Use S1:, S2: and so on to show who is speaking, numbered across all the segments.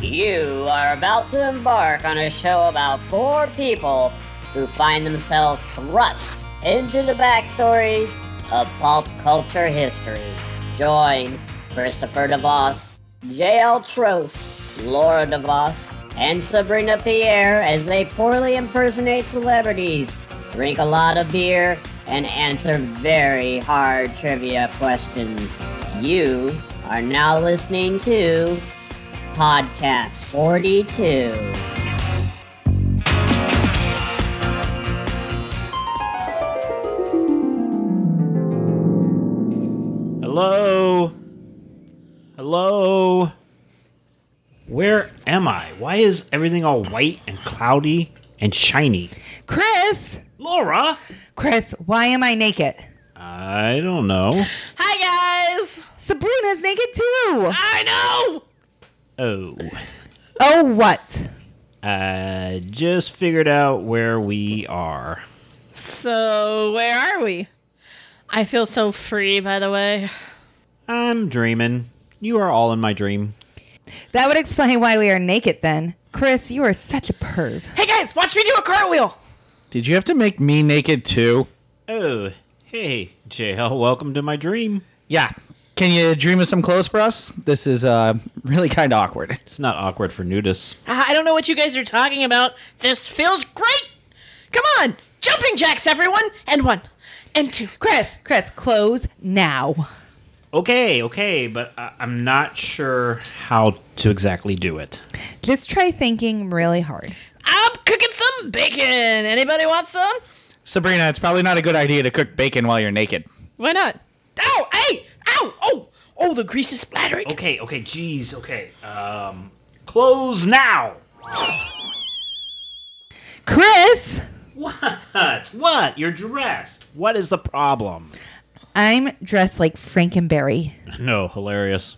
S1: You are about to embark on a show about four people who find themselves thrust into the backstories of pulp culture history. Join Christopher DeVos, JL Trost, Laura DeVos, and Sabrina Pierre as they poorly impersonate celebrities, drink a lot of beer, and answer very hard trivia questions. You are now listening to Podcast 42.
S2: Hello? Hello? Where am I? Why is everything all white and cloudy and shiny?
S3: Chris,
S2: Laura?
S3: Chris, why am I naked?
S2: I don't know.
S4: Hi guys.
S3: Sabrina's naked too.
S4: I know.
S2: Oh.
S3: Oh, what?
S2: I just figured out where we are.
S4: So where are we? I feel so free. By the way,
S2: I'm dreaming. You are all in my dream.
S3: That would explain why we are naked then. Chris, you are such a perv.
S4: hey guys, watch me do a cartwheel.
S5: Did you have to make me naked too?
S2: Oh, hey, JL, welcome to my dream.
S5: Yeah. Can you dream of some clothes for us? This is uh, really kind of awkward.
S2: It's not awkward for nudists.
S4: Uh, I don't know what you guys are talking about. This feels great. Come on, jumping jacks, everyone, and one, and two.
S3: Chris, Chris, close now.
S2: Okay, okay, but I- I'm not sure how to exactly do it.
S3: Just try thinking really hard.
S4: I'm cooking some bacon. Anybody want some?
S5: Sabrina, it's probably not a good idea to cook bacon while you're naked.
S4: Why not? Ow! Hey! Ow! Oh! Oh! The grease is splattering.
S2: Okay, okay, jeez, okay. Um, close now.
S3: Chris,
S2: What? What? You're dressed. What is the problem?
S3: I'm dressed like Frankenberry.
S2: No, hilarious.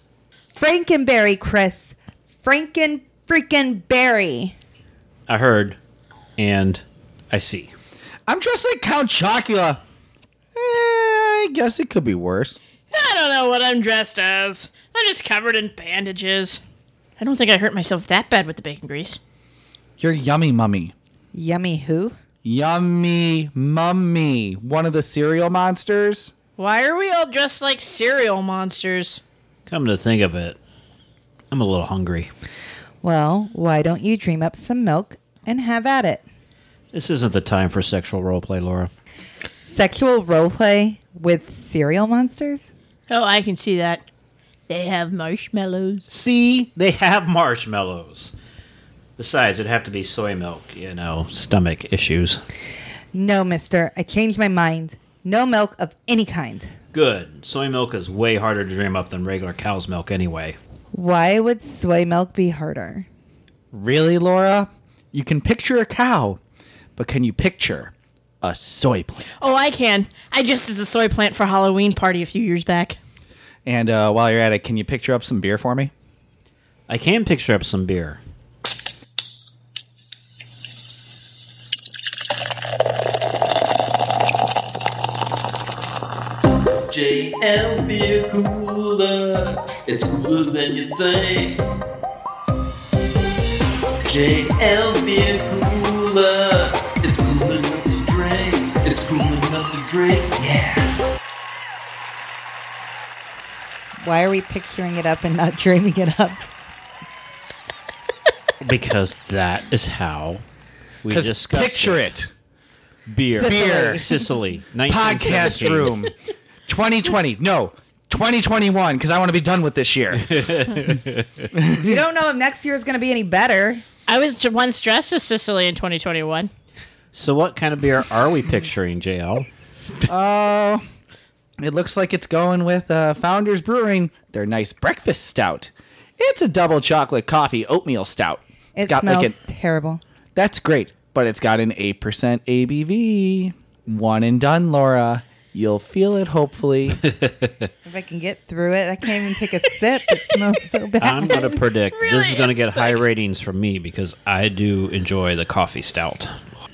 S3: Frankenberry, Chris. Franken freaking berry.
S2: I heard, and I see.
S5: I'm dressed like Count Chocula. Eh, I guess it could be worse.
S4: I don't know what I'm dressed as. I'm just covered in bandages. I don't think I hurt myself that bad with the bacon grease.
S5: You're yummy mummy.
S3: Yummy who?
S5: Yummy mummy. One of the cereal monsters.
S4: Why are we all dressed like cereal monsters?
S2: Come to think of it, I'm a little hungry.
S3: Well, why don't you dream up some milk and have at it?
S2: This isn't the time for sexual roleplay, Laura.
S3: Sexual roleplay with cereal monsters?
S4: Oh, I can see that. They have marshmallows.
S2: See, they have marshmallows. Besides, it'd have to be soy milk, you know, stomach issues.
S3: No, mister. I changed my mind. No milk of any kind.
S2: Good. Soy milk is way harder to dream up than regular cow's milk, anyway.
S3: Why would soy milk be harder?
S5: Really, Laura? You can picture a cow, but can you picture a soy plant?
S4: Oh, I can. I just as a soy plant for Halloween party a few years back.
S5: And uh, while you're at it, can you picture up some beer for me?
S2: I can picture up some beer.
S6: JL Beer Cooler. It's cooler than you think. JL Beer Cooler. It's cool enough to drink. It's cool enough to drink. Yeah.
S3: Why are we picturing it up and not dreaming it up?
S2: because that is how we
S5: Because
S2: discuss
S5: picture it.
S2: beer
S5: Beer.
S2: Sicily
S5: podcast
S2: 1917.
S5: room 2020 no 2021 because i want to be done with this year
S3: You don't know if next year is going to be any better.
S4: I was j- once dressed as Sicily in 2021.
S2: So what kind of beer are we picturing, JL?
S5: uh, it looks like it's going with uh, founders brewing their nice breakfast stout it's a double chocolate coffee oatmeal stout
S3: It
S5: got
S3: smells
S5: like an
S3: terrible.
S5: that's great but it's got an 8% abv one and done laura you'll feel it hopefully
S3: If I can get through it, I can't even take a sip. It smells so bad.
S2: I'm going to predict this
S4: Really,
S2: is going to get
S4: it's
S2: high ratings from me because I do enjoy the coffee stout.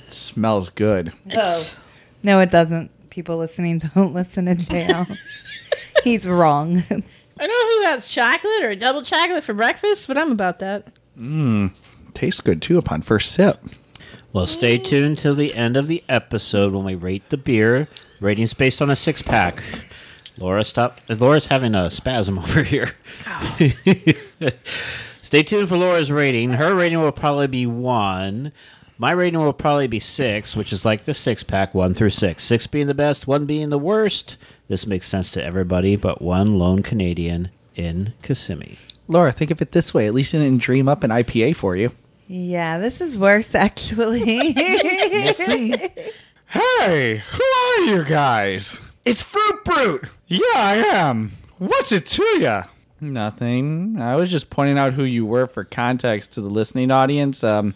S7: Smells good.
S4: It's-
S3: No, it doesn't. People listening don't listen in jail. He's wrong.
S4: I know who has chocolate or double chocolate for breakfast, but I'm about that.
S7: Tastes good too upon first sip.
S2: Well, stay tuned till the end of the episode when we rate the beer. Ratings based on a six pack. Laura, stop. Laura's having a spasm over here. stay tuned for Laura's rating. Her rating will probably be one. My rating will probably be six, which is like the six pack, one through six. Six being the best, one being the worst. This makes sense to everybody but one lone Canadian in Kissimmee.
S7: Laura, think of it this way. At least it didn't dream up an IPA for you.
S3: yeah, this is worse actually.
S7: We'll see. hey, who are you guys? It's Fruit Brute. Yeah, I am. What's it to ya? Nothing. I was just pointing out who you were for context to the listening audience. Um,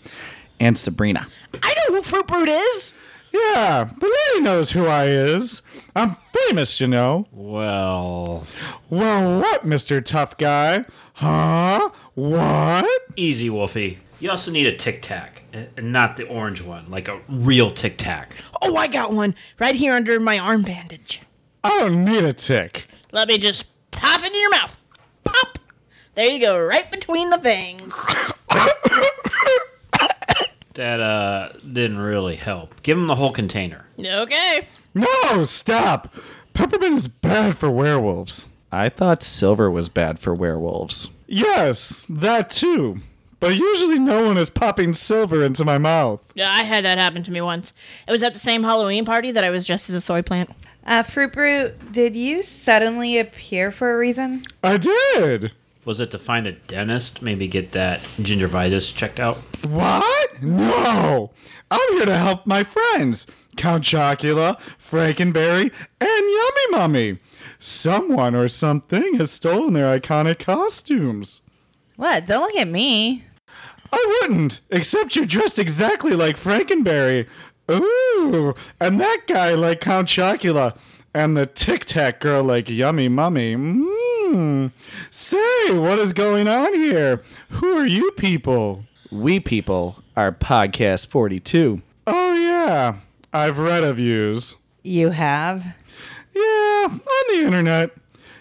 S7: and Sabrina.
S4: I know who Fruit Brute is.
S7: Yeah, the lady knows who I is. I'm famous, you know.
S2: Well,
S7: Well, what, Mister Tough Guy? Huh? What?
S2: Easy, Wolfie. You also need a Tic Tac, and not the orange one, like a real Tic Tac.
S4: Oh, I got one right here under my arm bandage.
S7: I don't need a tick.
S4: Let me just pop into your mouth. Pop. There you go, right between the fangs.
S2: That uh didn't really help. Give him the whole container.
S4: Okay.
S7: No, stop! Peppermint is bad for werewolves. I thought silver was bad for werewolves. Yes, that too. But usually no one is popping silver into my mouth.
S4: Yeah, I had that happen to me once. It was at the same Halloween party that I was dressed as a soy plant.
S3: uh, Fruit Brute, did you suddenly appear for a reason?
S7: I did!
S2: Was it to find a dentist? Maybe get that gingivitis checked out?
S7: What? No! I'm here to help my friends Count Chocula, Frankenberry, and Yummy Mummy. Someone or something has stolen their iconic costumes.
S3: What? Don't look at me.
S7: I wouldn't, except you're dressed exactly like Frankenberry. Ooh, and that guy like Count Chocula, and the Tic Tac girl like Yummy Mummy. Mmm. Say, what is going on here? Who are you people? We people are Podcast 42. Oh, yeah. I've read of yous.
S3: You have.
S7: Yeah, on the internet.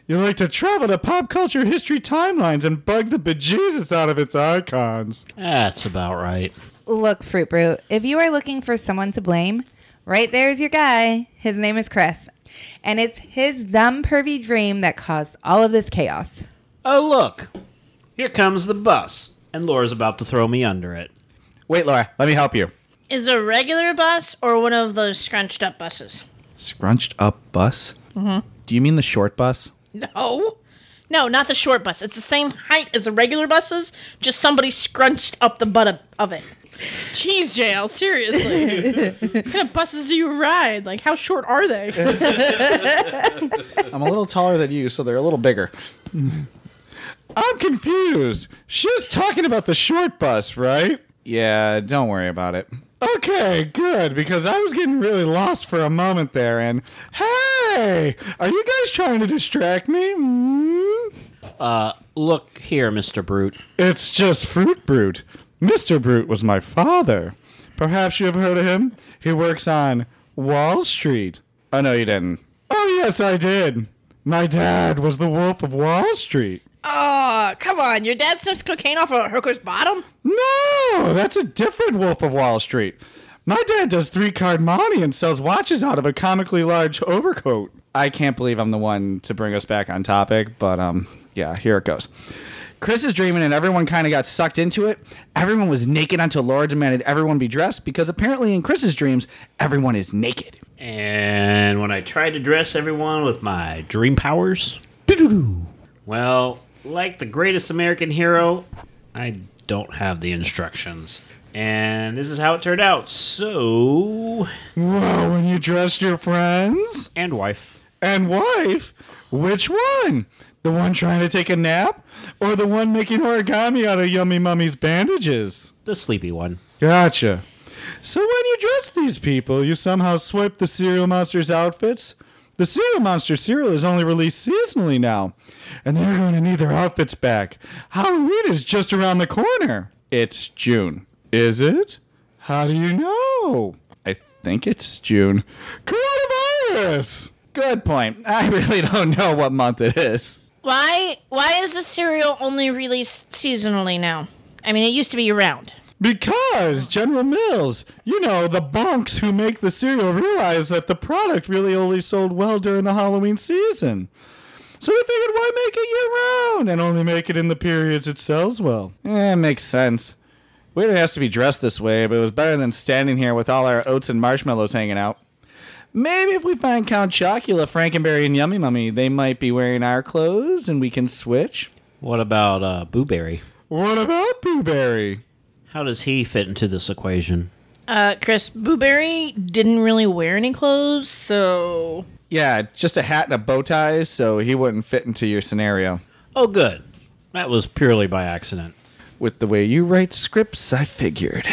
S7: You like to travel to pop culture history timelines and bug the bejesus out of its icons.
S2: That's about right.
S3: Look, Fruit Brute, if you are looking for someone to blame, right there's your guy. His name is Chris. And it's his dumb, pervy dream that caused all of this chaos.
S2: Oh look. Here comes the bus. And Laura's about to throw me under it.
S7: Wait, Laura, let me help you.
S4: Is a regular bus or one of those scrunched up buses?
S7: Scrunched up bus? Mm-hmm. Do you mean the short bus?
S4: No. No, not the short bus. It's the same height as the regular buses, just somebody scrunched up the butt of, of it. Jeez, JL, seriously. what kind of buses do you ride? Like, how short are they?
S7: I'm a little taller than you, so they're a little bigger. I'm confused. She's talking about the short bus, right? Yeah, don't worry about it. Okay, good, because I was getting really lost for a moment there, and hey, are you guys trying to distract me? Mm?
S2: Look here, Mr. Brute.
S7: It's just Fruit Brute. Mr. Brute was my father. Perhaps you have heard of him? He works on Wall Street. Oh, no, you didn't. Oh, yes, I did. My dad was the Wolf of Wall Street.
S4: oh, come on. Your dad sniffs cocaine off a hooker's bottom?
S7: No, that's a different Wolf of Wall Street. My dad does three card money and sells watches out of a comically large overcoat. I can't believe I'm the one to bring us back on topic, but um, yeah, here it goes. Chris is dreaming, and everyone kind of got sucked into it. Everyone was naked until Laura demanded everyone be dressed because apparently in Chris's dreams, everyone is naked.
S2: And when I tried to dress everyone with my dream powers, well, like the greatest American hero, I don't have the instructions. And this is how it turned out. So,
S7: Well, when you dressed your friends,
S2: and wife.
S7: and wife, which one? The one trying to take a nap or the one making origami out of Yummy Mummy's bandages?
S2: The sleepy one.
S7: Gotcha. So when you dress these people, you somehow swipe the cereal monster's outfits. The cereal monster cereal is only released seasonally now, and they're going to need their outfits back. Halloween is just around the corner. It's June. Is it? How do you know? think it's June. Coronavirus! Good point. I really don't know what month it is.
S4: Why why is the cereal only released seasonally now? I mean, it used to be around.
S7: Because General Mills, you know, the bonks who make the cereal realized that the product really only sold well during the Halloween season. So they figured why make it year round and only make it in the periods it sells well? Eh, makes sense. We didn't have to be dressed this way, but it was better than standing here with all our oats and marshmallows hanging out. Maybe if we find Count Chocula, Frankenberry, and Yummy Mummy, they might be wearing our clothes and we can switch.
S2: What about uh, Boo Berry?
S7: What about Boo Berry?
S2: How does he fit into this equation?
S4: Uh, Chris Booberry didn't really wear any clothes, so
S7: Yeah, just a hat and a bow tie, so he wouldn't fit into your scenario.
S2: Oh, good. That was purely by accident.
S7: With the way you write scripts, I figured.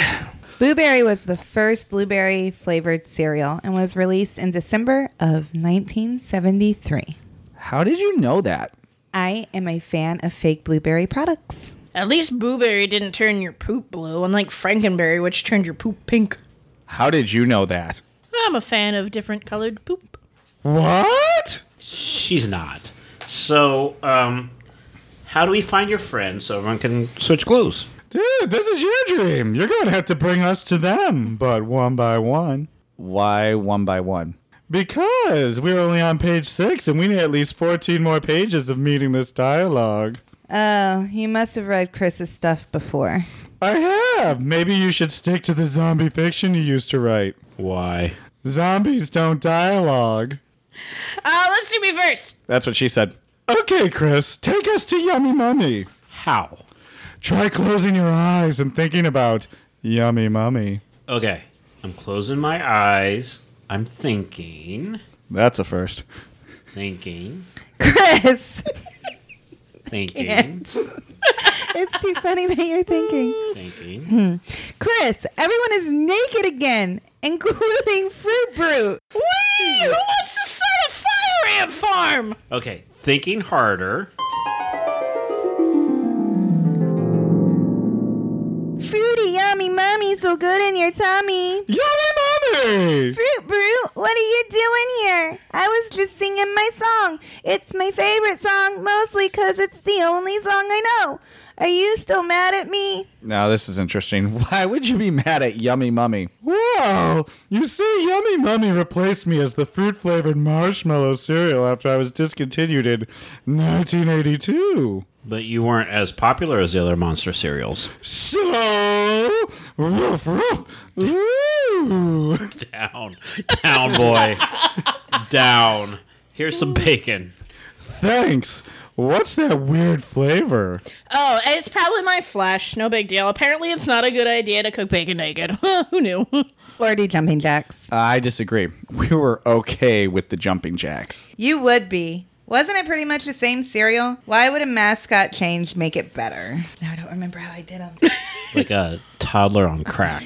S3: Blueberry was the first blueberry flavored cereal and was released in December of 1973.
S7: How did you know that?
S3: I am a fan of fake blueberry products.
S4: at least Booberry didn't turn your poop blue, unlike Frankenberry, which turned your poop pink.
S7: How did you know that?
S4: I'm a fan of different colored poop.
S7: What?
S2: She's not. So, um, how do we find your friend so everyone can switch clothes?
S7: Dude, this is your dream. You're going to have to bring us to them, but one by one. Why one by one? Because we're only on page six and we need at least 14 more pages of meeting this dialogue.
S3: Oh, you must have read Chris's stuff before.
S7: I have. Maybe you should stick to the zombie fiction you used to write.
S2: Why?
S7: Zombies don't dialogue.
S4: Uh, let's do me first.
S7: That's what she said. Okay, Chris, take us to Yummy Mummy.
S2: How?
S7: Try closing your eyes and thinking about Yummy Mummy.
S2: Okay, I'm closing my eyes. I'm thinking,
S7: That's a first.
S2: thinking,
S3: Chris,
S2: thinking,
S3: it's too funny that you're thinking.
S2: thinking.
S3: Chris, everyone is naked again, including Fruit Brute.
S4: Whee! Who wants to start a fire ant farm?
S2: Okay, thinking harder.
S3: Fruity, yummy, mummy, so good in your tummy.
S7: Yummy Mummy!
S3: Fruit Brute, what are you doing here? I was just singing my song. It's my favorite song, mostly 'cause it's the only song I know. Are you still mad at me?
S7: Now, this is interesting. Why would you be mad at Yummy Mummy? Well, you see, Yummy Mummy replaced me as the fruit flavored marshmallow cereal after I was discontinued in 1982.
S2: But you weren't as popular as the other monster cereals.
S7: So, woof, woof, woo.
S2: Down, down, boy, down. Here's some bacon.
S7: Thanks. What's that weird flavor?
S4: Oh, it's probably my flash. No big deal. Apparently, it's not a good idea to cook bacon naked. Who knew?
S3: Or do jumping jacks?
S7: I disagree. We were okay with the jumping jacks.
S3: You would be. Wasn't it pretty much the same cereal? Why would a mascot change make it better? Now I don't remember how I did them.
S2: Like a toddler on crack.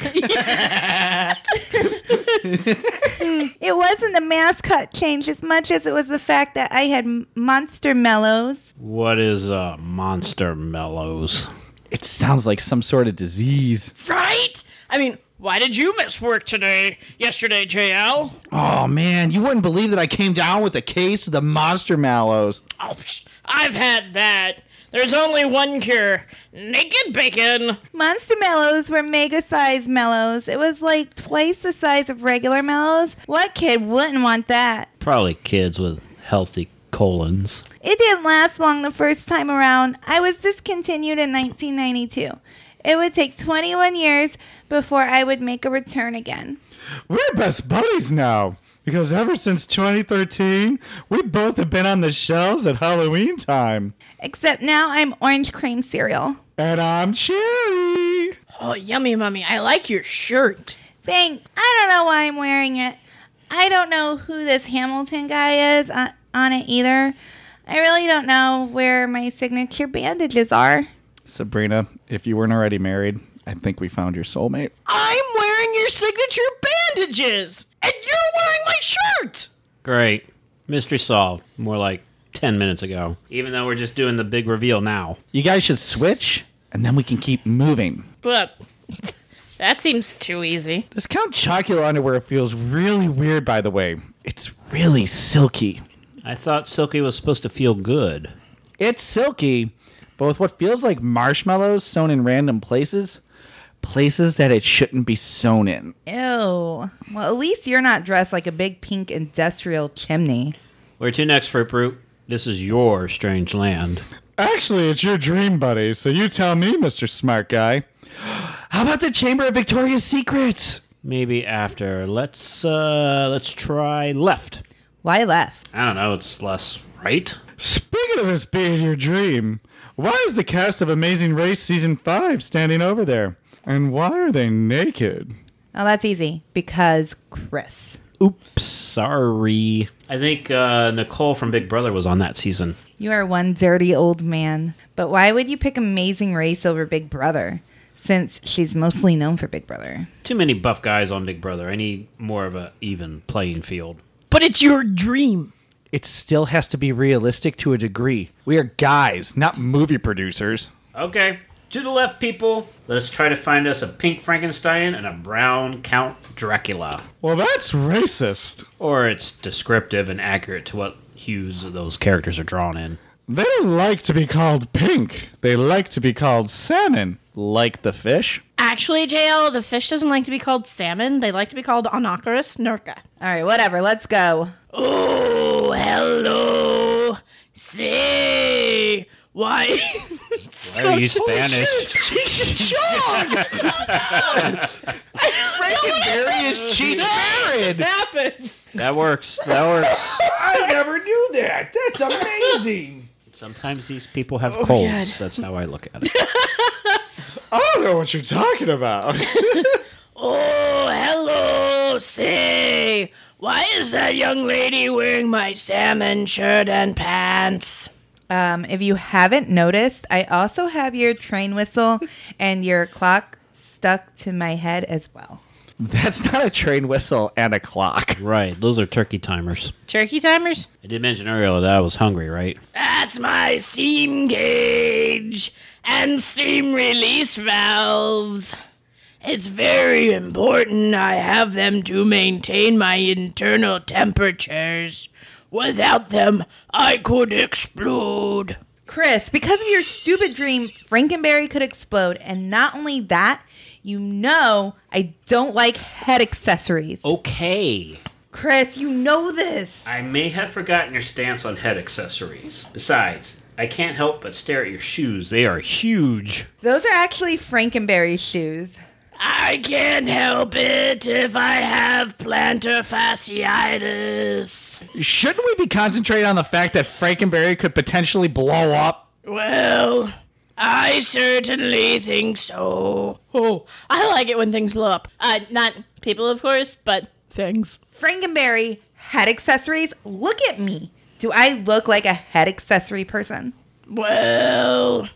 S3: It wasn't the mascot change as much as it was the fact that I had m- monster mellows.
S2: What is uh, Monster Mellows?
S7: It sounds like some sort of disease.
S4: right? I mean, why did you miss work today? Yesterday, JL?
S7: Oh man, you wouldn't believe that I came down with a case of the monster mallows.
S4: Oh, psh, I've had that. There's only one cure naked bacon.
S3: Monster mellows were mega sized mellows. It was like twice the size of regular mellows. What kid wouldn't want that?
S2: Probably kids with healthy colons.
S3: It didn't last long the first time around. I was discontinued in 1992. It would take 21 years before I would make a return again.
S7: We're best buddies now. Because ever since 2013, we both have been on the shelves at Halloween time.
S3: Except now I'm orange cream cereal.
S7: And I'm Cherry.
S4: Oh, yummy, mummy. I like your shirt.
S3: Thanks. I don't know why I'm wearing it. I don't know who this Hamilton guy is on, on it either. I really don't know where my signature bandages are.
S7: Sabrina, if you weren't already married, I think we found your soulmate.
S4: I'm wearing your signature bandages, and you're wearing my shirt.
S2: Great. Mystery solved. More like 10 minutes ago. Even though we're just doing the big reveal now.
S7: You guys should switch, and then we can keep moving.
S4: What? That seems too easy.
S7: This Count Chocula underwear feels really weird, by the way. It's really silky.
S2: I thought Silky was supposed to feel good.
S7: It's silky, but with what feels like marshmallows sewn in random places. Places that it shouldn't be sewn in.
S3: Ew. Well, at least you're not dressed like a big pink industrial chimney.
S2: Where to next, Fruit Brute? This is your strange land.
S7: Actually, it's your dream, buddy, so you tell me, Mr. Smart Guy. How about the Chamber of Victoria's Secrets?
S2: Maybe after. Let's uh let's try left.
S3: Why left?
S2: I don't know, it's less right.
S7: Speaking of this being your dream, why is the cast of Amazing Race Season 5 standing over there? And why are they naked?
S3: Oh, that's easy because Chris.
S2: Oops, sorry. I think uh, Nicole from Big Brother was on that season.
S3: You are one dirty old man. But why would you pick Amazing Race over Big Brother? Since she's mostly known for Big Brother.
S2: Too many buff guys on Big Brother. I need more of a even playing field.
S4: But it's your dream.
S7: It still has to be realistic to a degree. We are guys, not movie producers.
S2: Okay, to the left, people. Let's try to find us a pink Frankenstein and a brown Count Dracula.
S7: Well, that's racist.
S2: Or it's descriptive and accurate to what hues those characters are drawn in.
S7: They don't like to be called pink. They like to be called salmon, like the fish.
S4: Actually, JL, the fish doesn't like to be called salmon. They like to be called Onocarus nurka.
S3: All right, whatever. Let's go.
S4: Oh, hello. Say, why?
S2: Why are you
S7: Oh,
S2: Spanish?
S7: Frankenberry is Cheech Marin.
S4: happened?
S2: That works. That works.
S7: I never knew that. That's amazing.
S2: Sometimes these people have colds. That's how I look at it.
S7: I don't know what you're talking about.
S4: Oh, hello. Say, why is that young lady wearing my salmon shirt and pants?
S3: Um, if you haven't noticed, I also have your train whistle and your clock stuck to my head as well.
S7: That's not a train whistle and a clock.
S2: Right. Those are turkey timers.
S4: Turkey timers?
S2: I did mention earlier that I was hungry, right?
S4: That's my steam gauge and steam release valves. It's very important I have them to maintain my internal temperatures. Without them, I could explode.
S3: Chris, because of your stupid dream, Frankenberry could explode. And not only that, you know I don't like head accessories.
S2: Oh. Okay.
S3: Chris, you know this.
S2: I may have forgotten your stance on head accessories. Besides, I can't help but stare at your shoes. They are huge.
S3: Those are actually Frankenberry shoes.
S4: I can't help it if I have plantar fasciitis.
S7: Shouldn't we be concentrating on the fact that Frankenberry could potentially blow up?
S4: Well, I certainly think so. Oh, I like it when things blow up. Uh, not people, of course, but things.
S3: Frankenberry head accessories. Look at me. Do I look like a head accessory person?
S4: Well,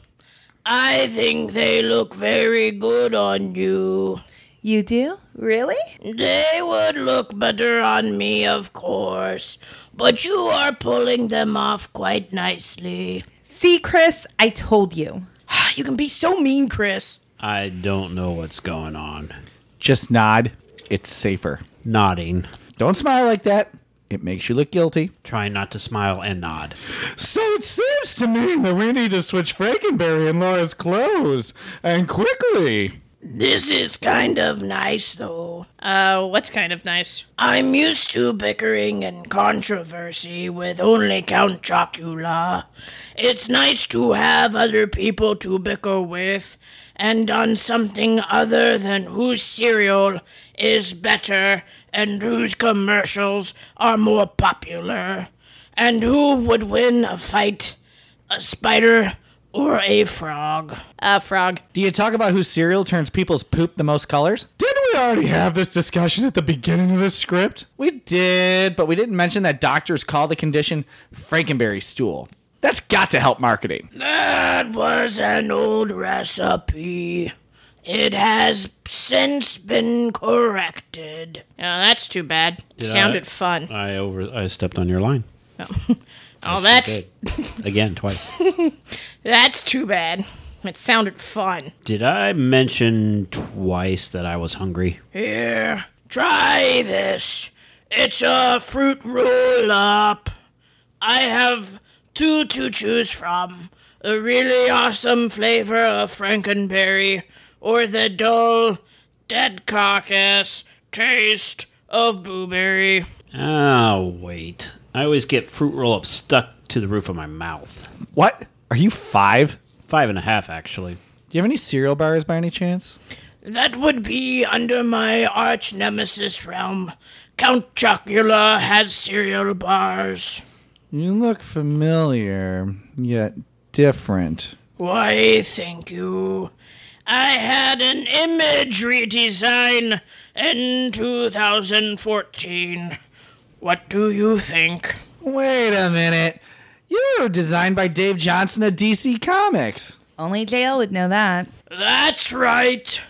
S4: I think they look very good on you.
S3: You do? Really?
S4: They would look better on me, of course, but you are pulling them off quite nicely.
S3: See, Chris, I told you.
S4: You can be so mean, Chris.
S2: I don't know what's going on.
S7: Just nod. It's safer.
S2: Nodding.
S7: Don't smile like that. It makes you look guilty.
S2: Trying not to smile and nod.
S7: So it seems to me that we need to switch Frankenberry and Laura's clothes, and quickly.
S4: This is kind of nice, though. Uh, what's kind of nice? I'm used to bickering and controversy with only Count Chocula. It's nice to have other people to bicker with and on something other than whose cereal is better and whose commercials are more popular and who would win a fight a spider or a frog. A frog.
S7: Do you talk about whose cereal turns people's poop the most colors? Didn't we already have this discussion at the beginning of this script? We did, but we didn't mention that doctors call the condition Frankenberry stool. That's got to help marketing.
S4: That was an old recipe. It has since been corrected. Oh, that's too bad. Sounded
S2: I-
S4: fun.
S2: I over I stepped on your line.
S4: Oh, that's
S2: Again, twice.
S4: that's too bad. It sounded fun.
S2: Did I mention twice that I was hungry?
S4: Here, try this. It's a fruit roll up. I have two to choose from the really awesome flavor of Frankenberry or the dull, dead carcass taste of blueberry.
S2: Oh, wait. I always get fruit roll ups stuck to the roof of my mouth.
S7: What? Are you five?
S2: Five and a half, actually.
S7: Do you have any cereal bars by any chance?
S4: That would be under my arch nemesis realm. Count Chocula has cereal bars.
S7: You look familiar, yet different.
S4: Why, thank you. I had an image redesign in 2014. What do you think?
S7: Wait a minute. You were designed by Dave Johnson of DC Comics.
S3: Only JL would know that.
S4: That's right.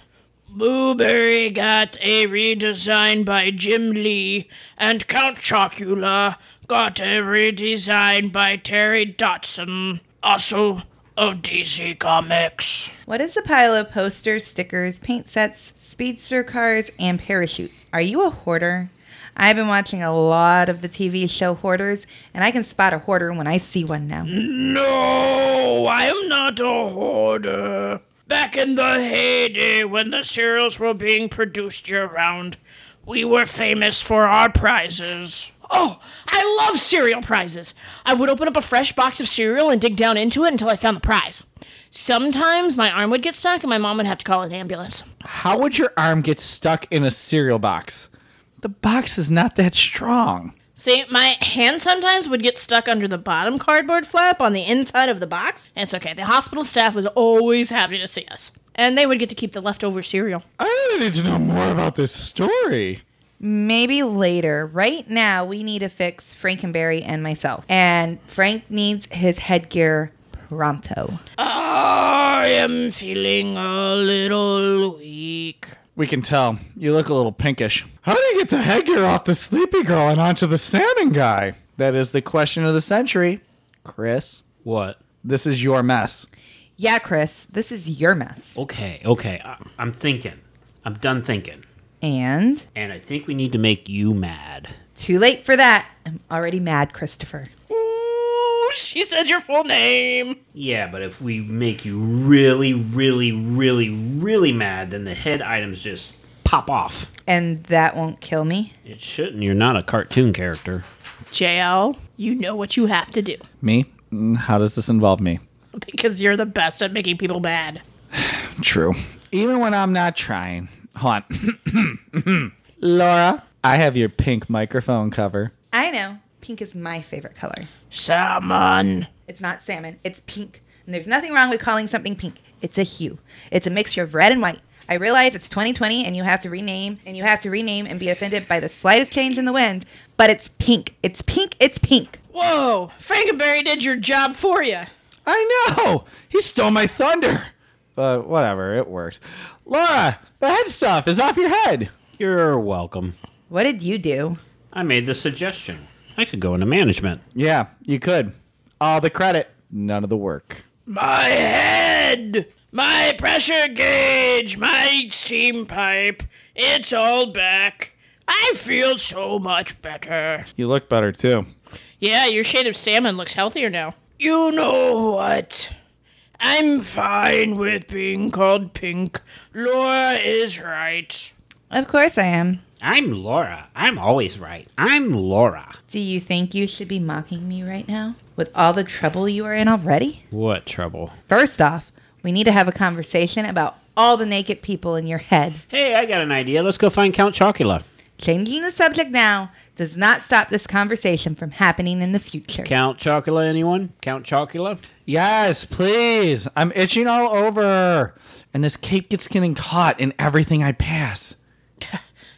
S4: Blueberry got a redesign by Jim Lee, and Count Chocula got a redesign by Terry Dotson, also of DC Comics.
S3: What is the pile of posters, stickers, paint sets, speedster cars, and parachutes? Are you a hoarder? I've been watching a lot of the TV show Hoarders, and I can spot a hoarder when I see one now.
S4: No, I am not a hoarder. Back in the heyday when the cereals were being produced year round, we were famous for our prizes. Oh, I love cereal prizes. I would open up a fresh box of cereal and dig down into it until I found the prize. Sometimes my arm would get stuck and my mom would have to call an ambulance.
S7: How would your arm get stuck in a cereal box? The box is not that strong.
S4: See, my hand sometimes would get stuck under the bottom cardboard flap on the inside of the box. It's okay. The hospital staff was always happy to see us. And they would get to keep the leftover cereal.
S7: I really need to know more about this story.
S3: Maybe later. Right now, we need to fix Frankenberry and myself. And Frank needs his headgear pronto.
S4: I am feeling a little weak.
S7: We can tell. You look a little pinkish. How do you get the headgear off the sleepy girl and onto the salmon guy? That is the question of the century. Chris,
S2: What?
S7: this is your mess.
S3: Yeah, Chris, this is your mess.
S2: Okay, okay. I- I'm thinking. I'm done thinking.
S3: And
S2: And I think we need to make you mad.
S3: too late for that. I'm already mad, Christopher.
S4: Ooh, she said your full name.
S2: Yeah, but if we make you really, really, really, really mad, then the head items just pop off.
S3: And that won't kill me.
S2: It shouldn't. You're not a cartoon character.
S4: JL, you know what you have to do
S7: Me? Mm, How does this involve me?
S4: because you're the best at making people mad.
S7: True. Even when I'm not trying. Hold on. Laura, I have your pink microphone cover.
S3: I know. Pink is my favorite color.
S4: Salmon.
S3: It's not salmon, it's pink. And there's nothing wrong with calling something pink. It's a hue, it's a mixture of red and white. I realize it's 2020 and you have to rename and you have to rename and be offended by the slightest change in the wind, but it's pink. It's pink. It's pink.
S4: Whoa, Frankenberry did your job for you.
S7: I know! He stole my thunder! But whatever, it worked. Laura, the head stuff is off your head!
S2: You're welcome.
S3: What did you do?
S2: I made the suggestion. I could go into management.
S7: Yeah, you could. All the credit, none of the work.
S4: My head, my pressure gauge, my steam pipe, it's all back. I feel so much better.
S7: You look better too.
S4: Yeah, your shade of salmon looks healthier now. You know what? I'm fine with being called pink. Laura is right.
S3: Of course I am.
S2: I'm Laura. I'm always right. I'm Laura.
S3: Do you think you should be mocking me right now with all the trouble you are in already?
S2: What trouble?
S3: First off, we need to have a conversation about all the naked people in your head.
S2: Hey, I got an idea. Let's go find Count Chocula.
S3: Changing the subject now does not stop this conversation from happening in the future.
S2: Count Chocula, anyone? Count Chocula?
S7: Yes, please. I'm itching all over. And this cape gets getting caught in everything I pass.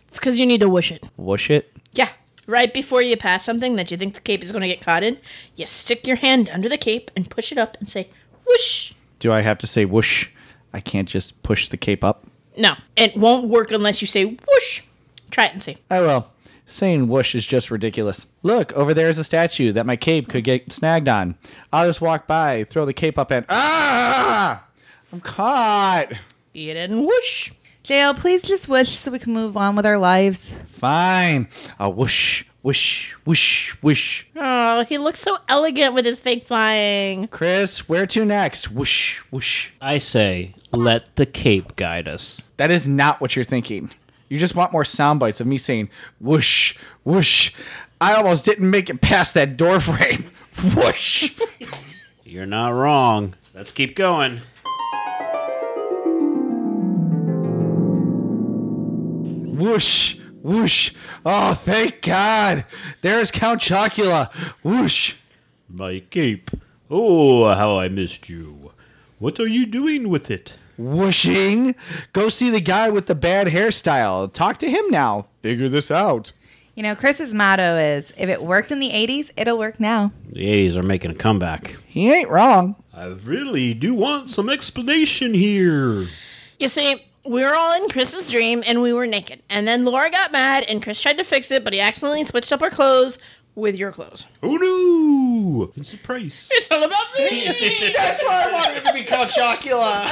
S4: It's because you need to wish it.
S7: Whoosh it.
S4: Yeah. Right before you pass something that you think the cape is going to get caught in, you stick your hand under the cape and push it up and say, whoosh.
S7: Do I have to say whoosh? I can't just push the cape up.
S4: No, it won't work unless you say whoosh. Try it and see.
S7: I will. Oh, Saying whoosh is just ridiculous. Look, over there is a statue that my cape could get snagged on. I'll just walk by, throw the cape up, and ah! I'm caught.
S4: Eat it and whoosh.
S3: JL, please just wish so we can move on with our lives.
S7: Fine. A whoosh, whoosh, whoosh, whoosh.
S4: Oh, he looks so elegant with his fake flying.
S7: Chris, where to next? Whoosh, whoosh.
S2: I say, let the cape guide us.
S7: That is not what you're thinking. You just want more sound bites of me saying whoosh, whoosh. I almost didn't make it past that door frame. Whoosh.
S2: You're not wrong. Let's keep going.
S7: whoosh, whoosh. Oh, thank God. There's Count Chocula. Whoosh.
S2: My cape. Oh, how I missed you. What are you doing with it?
S7: Whooshing. Go see the guy with the bad hairstyle. Talk to him now. Figure this out.
S3: You know, Chris's motto is if it worked in the 80s, it'll work now.
S2: The A's are making a comeback.
S7: He ain't wrong.
S2: I really do want some explanation here.
S4: You see, we were all in Chris's dream and we were naked. And then Laura got mad and Chris tried to fix it, but he accidentally switched up our clothes with your clothes.
S2: Oh no! It's a price.
S4: It's all about me.
S7: That's why I wanted to be Count Chocula.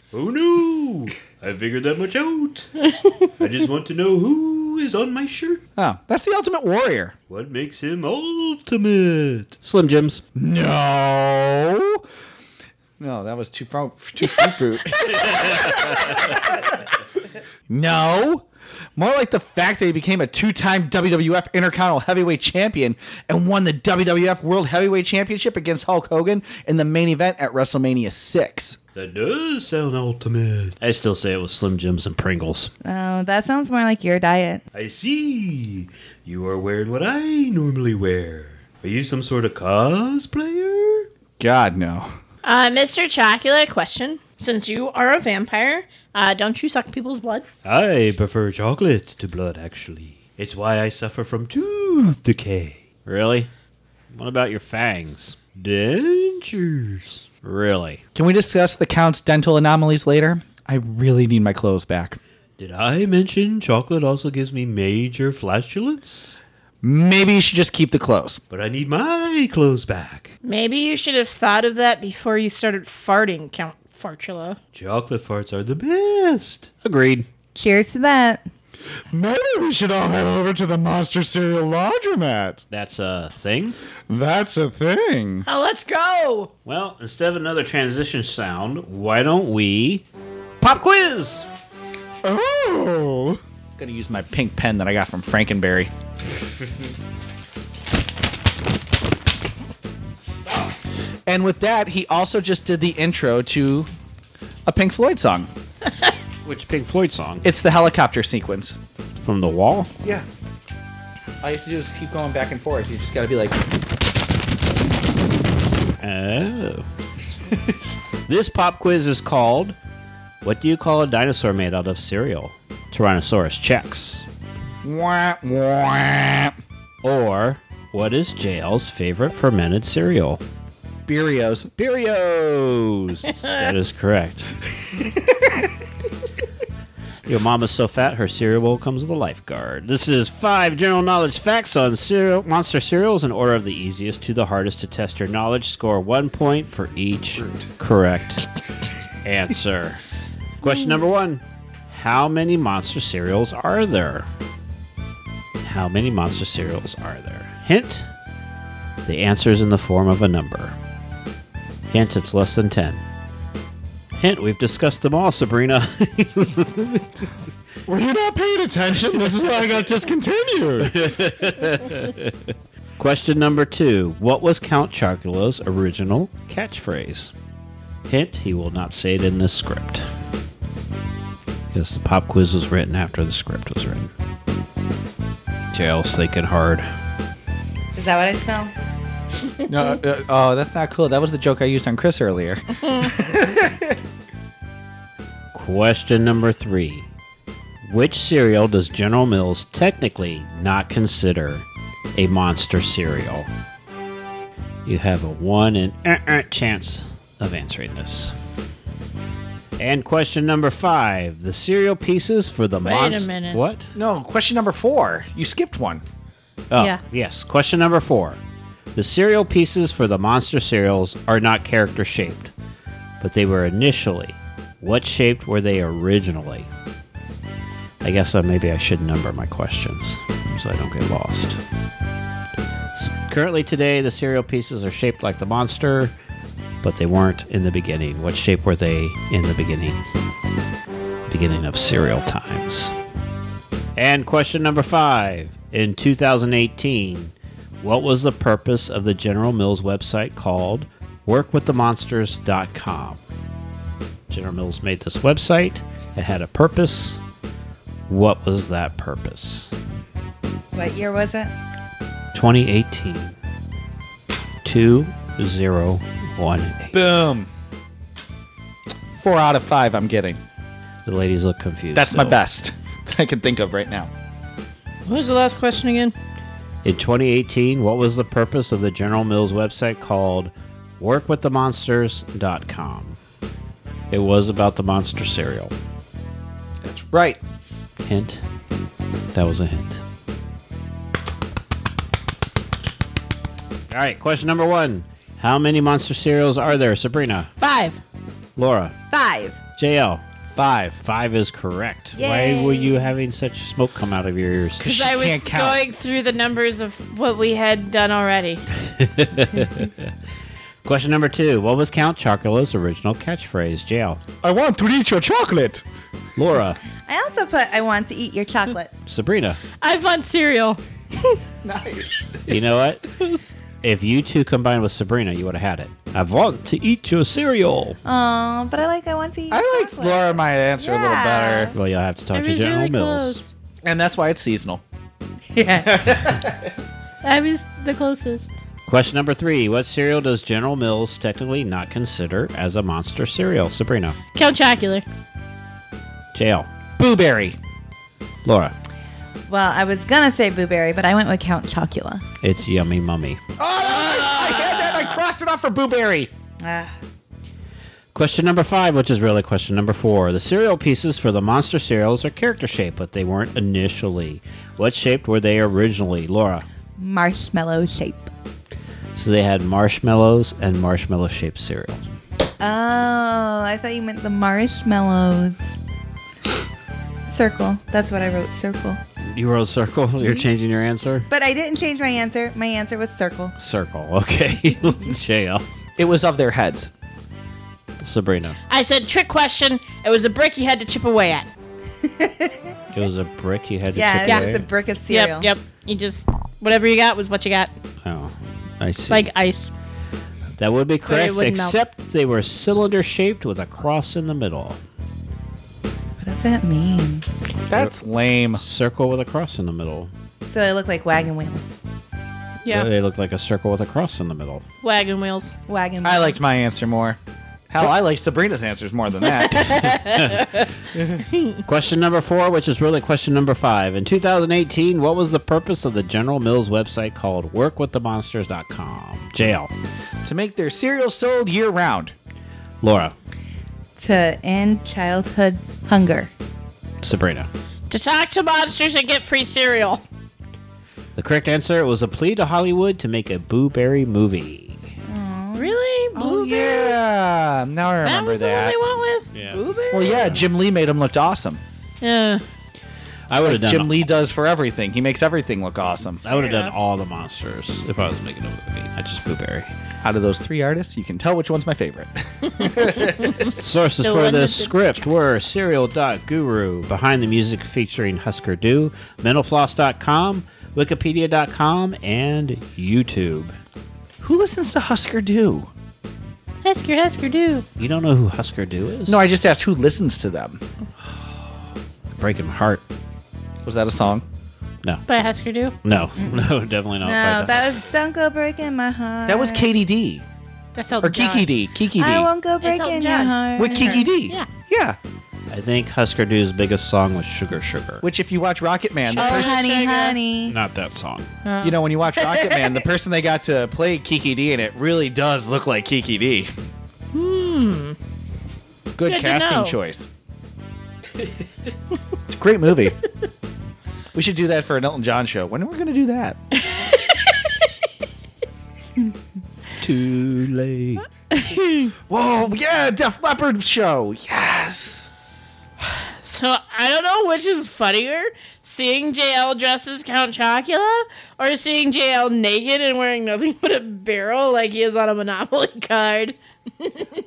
S2: Oh no! I figured that much out. I just want to know who is on my shirt.
S7: Oh, that's the ultimate warrior.
S2: What makes him ultimate? Slim Jims.
S7: No. No, that was too front, too fruit boot. no. More like the fact that he became a two-time WWF Intercontinental Heavyweight Champion and won the WWF World Heavyweight Championship against Hulk Hogan in the main event at WrestleMania 6.
S2: That does sound ultimate. I still say it was Slim Jims and Pringles.
S3: Oh, that sounds more like your diet.
S2: I see. You are wearing what I normally wear. Are you some sort of cosplayer?
S7: God no.
S4: uh, Mr. Chocula, question. Since you are a vampire, uh, don't you suck people's blood?
S2: I prefer chocolate to blood, actually. It's why I suffer from tooth decay. Really? What about your fangs? Dentures. Really?
S7: Can we discuss the count's dental anomalies later? I really need my clothes back.
S2: Did I mention chocolate also gives me major flatulence?
S7: Maybe you should just keep the clothes.
S2: But I need my clothes back.
S4: Maybe you should have thought of that before you started farting, Count Fartula.
S2: Chocolate farts are the best. Agreed.
S3: Cheers to that.
S7: Maybe we should all head over to the Monster Cereal Laundromat.
S2: That's a thing.
S7: That's a thing.
S4: Oh, let's go!
S2: Well, instead of another transition sound, why don't we pop quiz?
S7: Oh! Gonna use my pink pen that I got from Frankenberry. and with that, he also just did the intro to a Pink Floyd song.
S2: Which Pink Floyd song?
S7: It's the helicopter sequence.
S2: From the wall.
S7: Yeah. All you have to do is keep going back and forth. You just gotta be like,
S2: Oh. this pop quiz is called What do you call a dinosaur made out of cereal? Tyrannosaurus checks.
S7: wah, wah.
S2: Or what is JL's favorite fermented cereal?
S7: Birrios.
S2: Birrios. that is correct. Your mama's so fat, her cereal bowl comes with a lifeguard. This is five general knowledge facts on cereal, monster cereals in order of the easiest to the hardest to test your knowledge. Score one point for each correct answer. Question number one How many monster cereals are there? How many monster cereals are there? Hint the answer is in the form of a number. Hint, it's less than 10. Hint, we've discussed them all, Sabrina.
S7: Were you not paying attention? This is why I got discontinued.
S2: Question number two What was Count Chocula's original catchphrase? Hint, he will not say it in this script. Because the pop quiz was written after the script was written. JL's thinking hard.
S3: Is that what I smell?
S7: no, uh, oh, that's not cool. That was the joke I used on Chris earlier.
S2: Question number three Which cereal does General Mills technically not consider a monster cereal? You have a one in uh, uh, chance of answering this. And question number five The cereal pieces for the
S4: Wait a
S2: monster.
S4: minute.
S2: What?
S7: No, question number four. You skipped one.
S2: Oh,
S3: Yeah.
S2: yes. Question number four The cereal pieces for the monster cereals are not character shaped, but they were initially. What shaped were they originally? I guess uh, maybe I should number my questions so I don't get lost. Currently, today, the cereal pieces are shaped like the monster, but they weren't in the beginning. What shape were they in the beginning? Beginning of cereal times. And question number five. In 2018, what was the purpose of the General Mills website called WorkWithTheMonsters.com? General Mills made this website. It had a purpose. What was that purpose?
S3: What year was it?
S2: 2018. 2018.
S5: Boom. Four out of five, I'm getting.
S2: The ladies look confused.
S5: That's my
S2: though.
S5: best I can think of right now.
S4: What was the last question again?
S2: In 2018, what was the purpose of the General Mills website called WorkWithTheMonsters.com? It was about the monster cereal.
S5: That's right.
S2: Hint. That was a hint. All right, question number one. How many monster cereals are there, Sabrina?
S4: Five.
S2: Laura?
S3: Five.
S2: JL? Five. Five is correct. Why were you having such smoke come out of your ears?
S4: Because I was
S5: can't count.
S4: going through the numbers of what we had done already.
S2: Question number two. What was Count Chocula's original catchphrase? JL?
S5: I want to eat your chocolate.
S2: Laura?
S3: I also put I want to eat your chocolate.
S2: Sabrina?
S4: I want cereal.
S2: You know what? If you two combined with Sabrina, you would have had it. I want to eat your cereal.
S3: Oh, but I like I want to eat.
S5: I
S3: your
S5: like
S3: chocolate.
S5: Laura my answer a little
S3: Yeah.
S5: better.
S2: Well, you'll have to talk
S4: I
S2: to
S4: was
S2: General
S4: really
S2: Mills.
S4: close.
S5: And that's why it's seasonal.
S3: Yeah.
S4: I was the closest.
S2: Question number three What cereal does General Mills technically not consider as a monster cereal? Sabrina.
S4: Count Chocula.
S2: JL.
S5: Blueberry.
S2: Laura.
S3: well, I was gonna say blueberry, but I went with Count Chocula.
S2: It's Yummy Mummy.
S5: Oh, I had that. I crossed it off for blueberry.
S3: Ah.
S2: Question number five, which is really question number four. The cereal pieces for the monster cereals are character shaped, but they weren't initially. What shaped were they originally? Laura.
S3: marshmallow shape.
S2: So they had marshmallows and marshmallow shaped cereal.
S3: Oh, I thought you meant the marshmallows. Circle. That's what I wrote, circle.
S2: You wrote circle?
S4: Mm-hmm.
S2: You're changing your answer?
S3: But I didn't change my answer. My answer was circle.
S2: Circle. Okay. JL.
S5: It was of their heads.
S2: Sabrina.
S4: I said trick question. It was a brick you had to chip away at.
S2: It was a brick you had to
S3: Yeah,
S2: chip
S3: it
S2: away.
S3: was a brick of cereal.
S4: Yep, yep. You just whatever you got was what you got.
S2: Oh, I see.
S4: Like ice.
S2: That would be correct,
S4: wouldn't melt.
S2: except they were cylinder shaped with a cross in the middle.
S3: What does that mean?
S5: That's lame.
S2: Circle with a cross in the middle.
S3: So they look like wagon wheels.
S4: Yeah.
S2: They look like a circle with a cross in the middle.
S4: Wagon wheels.
S3: Wagon wheels.
S5: I liked my answer more. Hell, I liked Sabrina's answers more than that.
S2: Question number four, which is really question number five. In 2018, what was the purpose of the General Mills website called WorkWithTheMonsters.com? Jail.
S5: to make their cereal sold year round.
S2: Laura.
S3: to end childhood hunger.
S2: Sabrina.
S4: To talk to monsters and get free cereal.
S2: The correct answer was a plea to Hollywood to make a Booberry movie.
S4: Really?
S5: Oh yeah, now I
S4: That
S5: remember
S4: was
S5: that.
S4: the one they went with?
S2: Yeah.
S4: Blueberry?
S5: Well, yeah, Jim Lee made him look awesome.
S4: Yeah.
S2: I would have done.
S5: Jim Lee does for everything. He makes everything look awesome.
S2: I would have done all the monsters if I was making a movie. I just Booberry.
S5: Out of those three artists, you can tell which one's my favorite.
S2: Sources
S4: The
S2: for
S4: one
S2: this
S4: that did-
S2: script were Serial.guru, behind the music featuring Husker Du, mentalfloss.com, wikipedia.com, and YouTube.
S5: Who listens to Husker Du?
S4: Husker, Husker, do.
S2: You don't know who Husker Du is?
S5: No, I just asked who listens to them.
S2: breaking my heart.
S5: Was that a song?
S4: By Husker, do.
S2: No, no, definitely not.
S3: No,
S2: By the-
S3: that was Don't Go Breaking My Heart.
S5: That was Katie D
S4: That's how
S5: or Kiki D. Kiki
S3: I
S5: D.
S3: won't go
S4: Elton
S3: breaking your
S4: John.
S3: heart.
S5: With Kiki D.
S4: Yeah.
S5: Yeah.
S2: I think Husker Du's biggest song was Sugar Sugar.
S5: Which, if you watch Rocket Man, the
S4: Oh,
S5: person,
S3: honey,
S4: Sugar.
S3: honey.
S2: not that song.
S5: you know when you watch Rocket Man, the person they got to play Kiki D, and it really does look like Kiki D. Hmm. Good,
S4: Hmm. to
S5: casting
S4: know.
S5: choice. it's a great movie. we should do that for an Elton John show. When are we going to do that?
S2: too late.
S7: Whoa, yeah, Def Leppard show. Yes.
S4: So I don't know which is funnier, seeing JL dressed as Count Chocula or seeing JL naked and wearing nothing but a barrel like he is on a Monopoly card.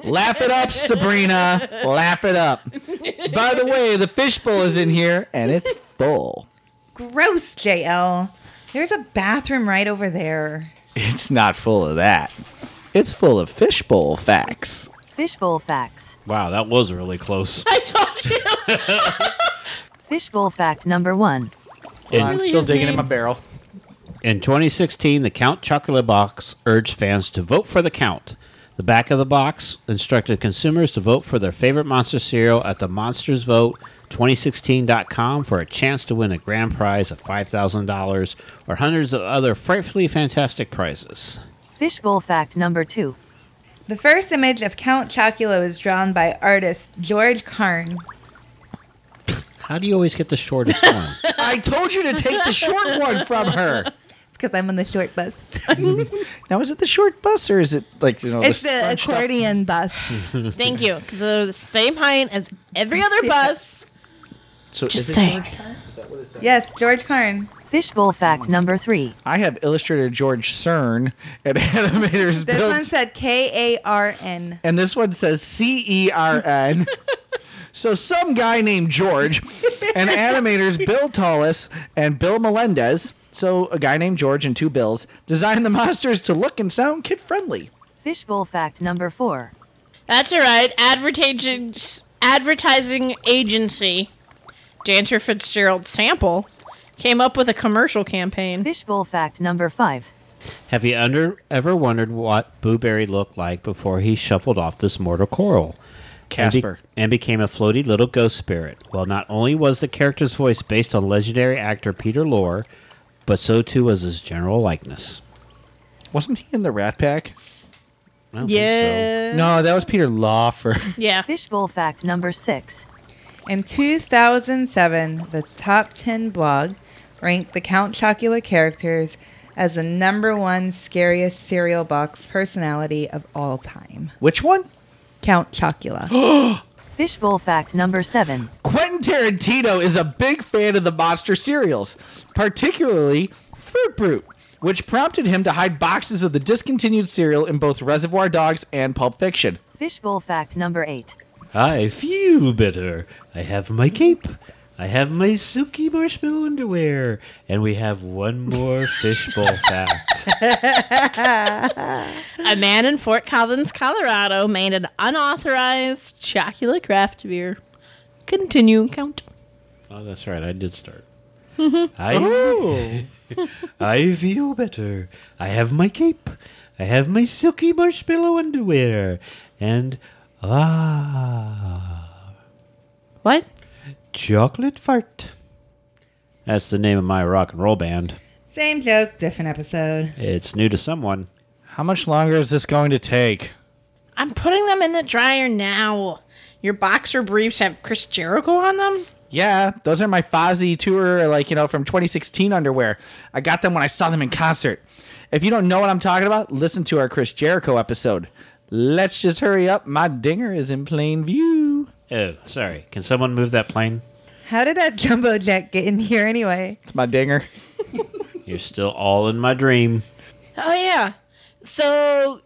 S5: Laugh it up, Sabrina. Laugh it up. By the way, the fishbowl is in here and it's full.
S3: Gross, JL. There's a bathroom right over there.
S5: It's not full of that. It's full of fishbowl facts.
S8: Fishbowl facts.
S2: Wow, that was really close.
S4: I told you.
S8: Fishbowl fact number one.
S2: In,
S4: still digging in my
S5: barrel.
S2: in 2016, the Count Chocula Box urged fans to vote for the Count. The back of the box instructed consumers to vote for their favorite monster cereal at the monstersvote2016.com for a chance to win a grand prize of $5,000 or hundreds of other frightfully fantastic prizes.
S8: Fishbowl fact number two.
S3: The first image of Count Chocula was drawn by artist George Karn.
S2: How do you always get the shortest one?
S5: I told you to take the short one from her.
S3: It's because I'm on the short bus.
S5: Now, is it the short bus or is it like, you know,
S3: it's
S5: the
S3: the
S5: scrunched up-
S3: accordion bus.
S4: Thank you, because they're the same height as every other bus.
S5: So is
S4: Just
S5: it-
S4: saying.
S3: Yes, George Karn.
S8: Fishbowl fact number three.
S5: I have illustrator George Cern and animators
S3: This
S5: Bill
S3: one said K A R N.
S5: and this one says C E R N. so some guy named George and animators Bill Tallis and Bill Melendez. So a guy named George and two Bills designed the monsters to look and sound kid friendly.
S8: Fishbowl fact number four.
S4: That's all right. Advertising advertising agency, dancer Fitzgerald sample, came up with a commercial campaign.
S8: Fishbowl fact number five.
S2: Have you under, ever wondered what Booberry looked like before he shuffled off this mortal coil? and be-
S5: Casper.
S2: and became a floaty little ghost spirit. Well, not only was the character's voice based on legendary actor Peter Lorre, but so too was his general likeness.
S5: Wasn't he in the Rat Pack?
S2: I don't think so.
S4: Yeah.
S5: Uh, No, that was Peter Lawfer.
S4: Yeah.
S8: Fishbowl fact number six.
S3: In 2007, the top 10 blog ranked the Count Chocula characters as the number one scariest cereal box personality of all time.
S5: Which one?
S3: Count Chocula.
S8: Fishbowl fact number seven.
S5: Quentin Tarantino is a big fan of the monster cereals, particularly Fruit Brute, which prompted him to hide boxes of the discontinued cereal in both Reservoir Dogs and Pulp Fiction.
S8: Fishbowl fact number eight.
S2: I feel better. I have my cape. I have my silky marshmallow underwear. And we have one more fishbowl fact.
S4: A man in Fort Collins, Colorado made an unauthorized Chocula craft beer. Continue, Count.
S2: Oh, that's right. I did start. I, I feel better. I have my cape. I have my silky marshmallow underwear. And, ah,
S4: What?
S2: chocolate fart. That's the name of my rock and roll band.
S3: Same joke, different episode.
S2: It's new to someone.
S5: How much longer is this going to take?
S4: I'm putting them in the dryer now. Your boxer briefs have Chris Jericho on them?
S5: Yeah, those are my Fozzy tour, like, you know, from 2016 underwear. I got them when I saw them in concert. If you don't know what I'm talking about, listen to our Chris Jericho episode. Let's just hurry up. My dinger is in plain view.
S2: Oh, sorry. Can someone move that plane?
S3: How did that jumbo jack get in here anyway?
S5: It's my dinger.
S2: You're still all in my dream.
S4: Oh, yeah. So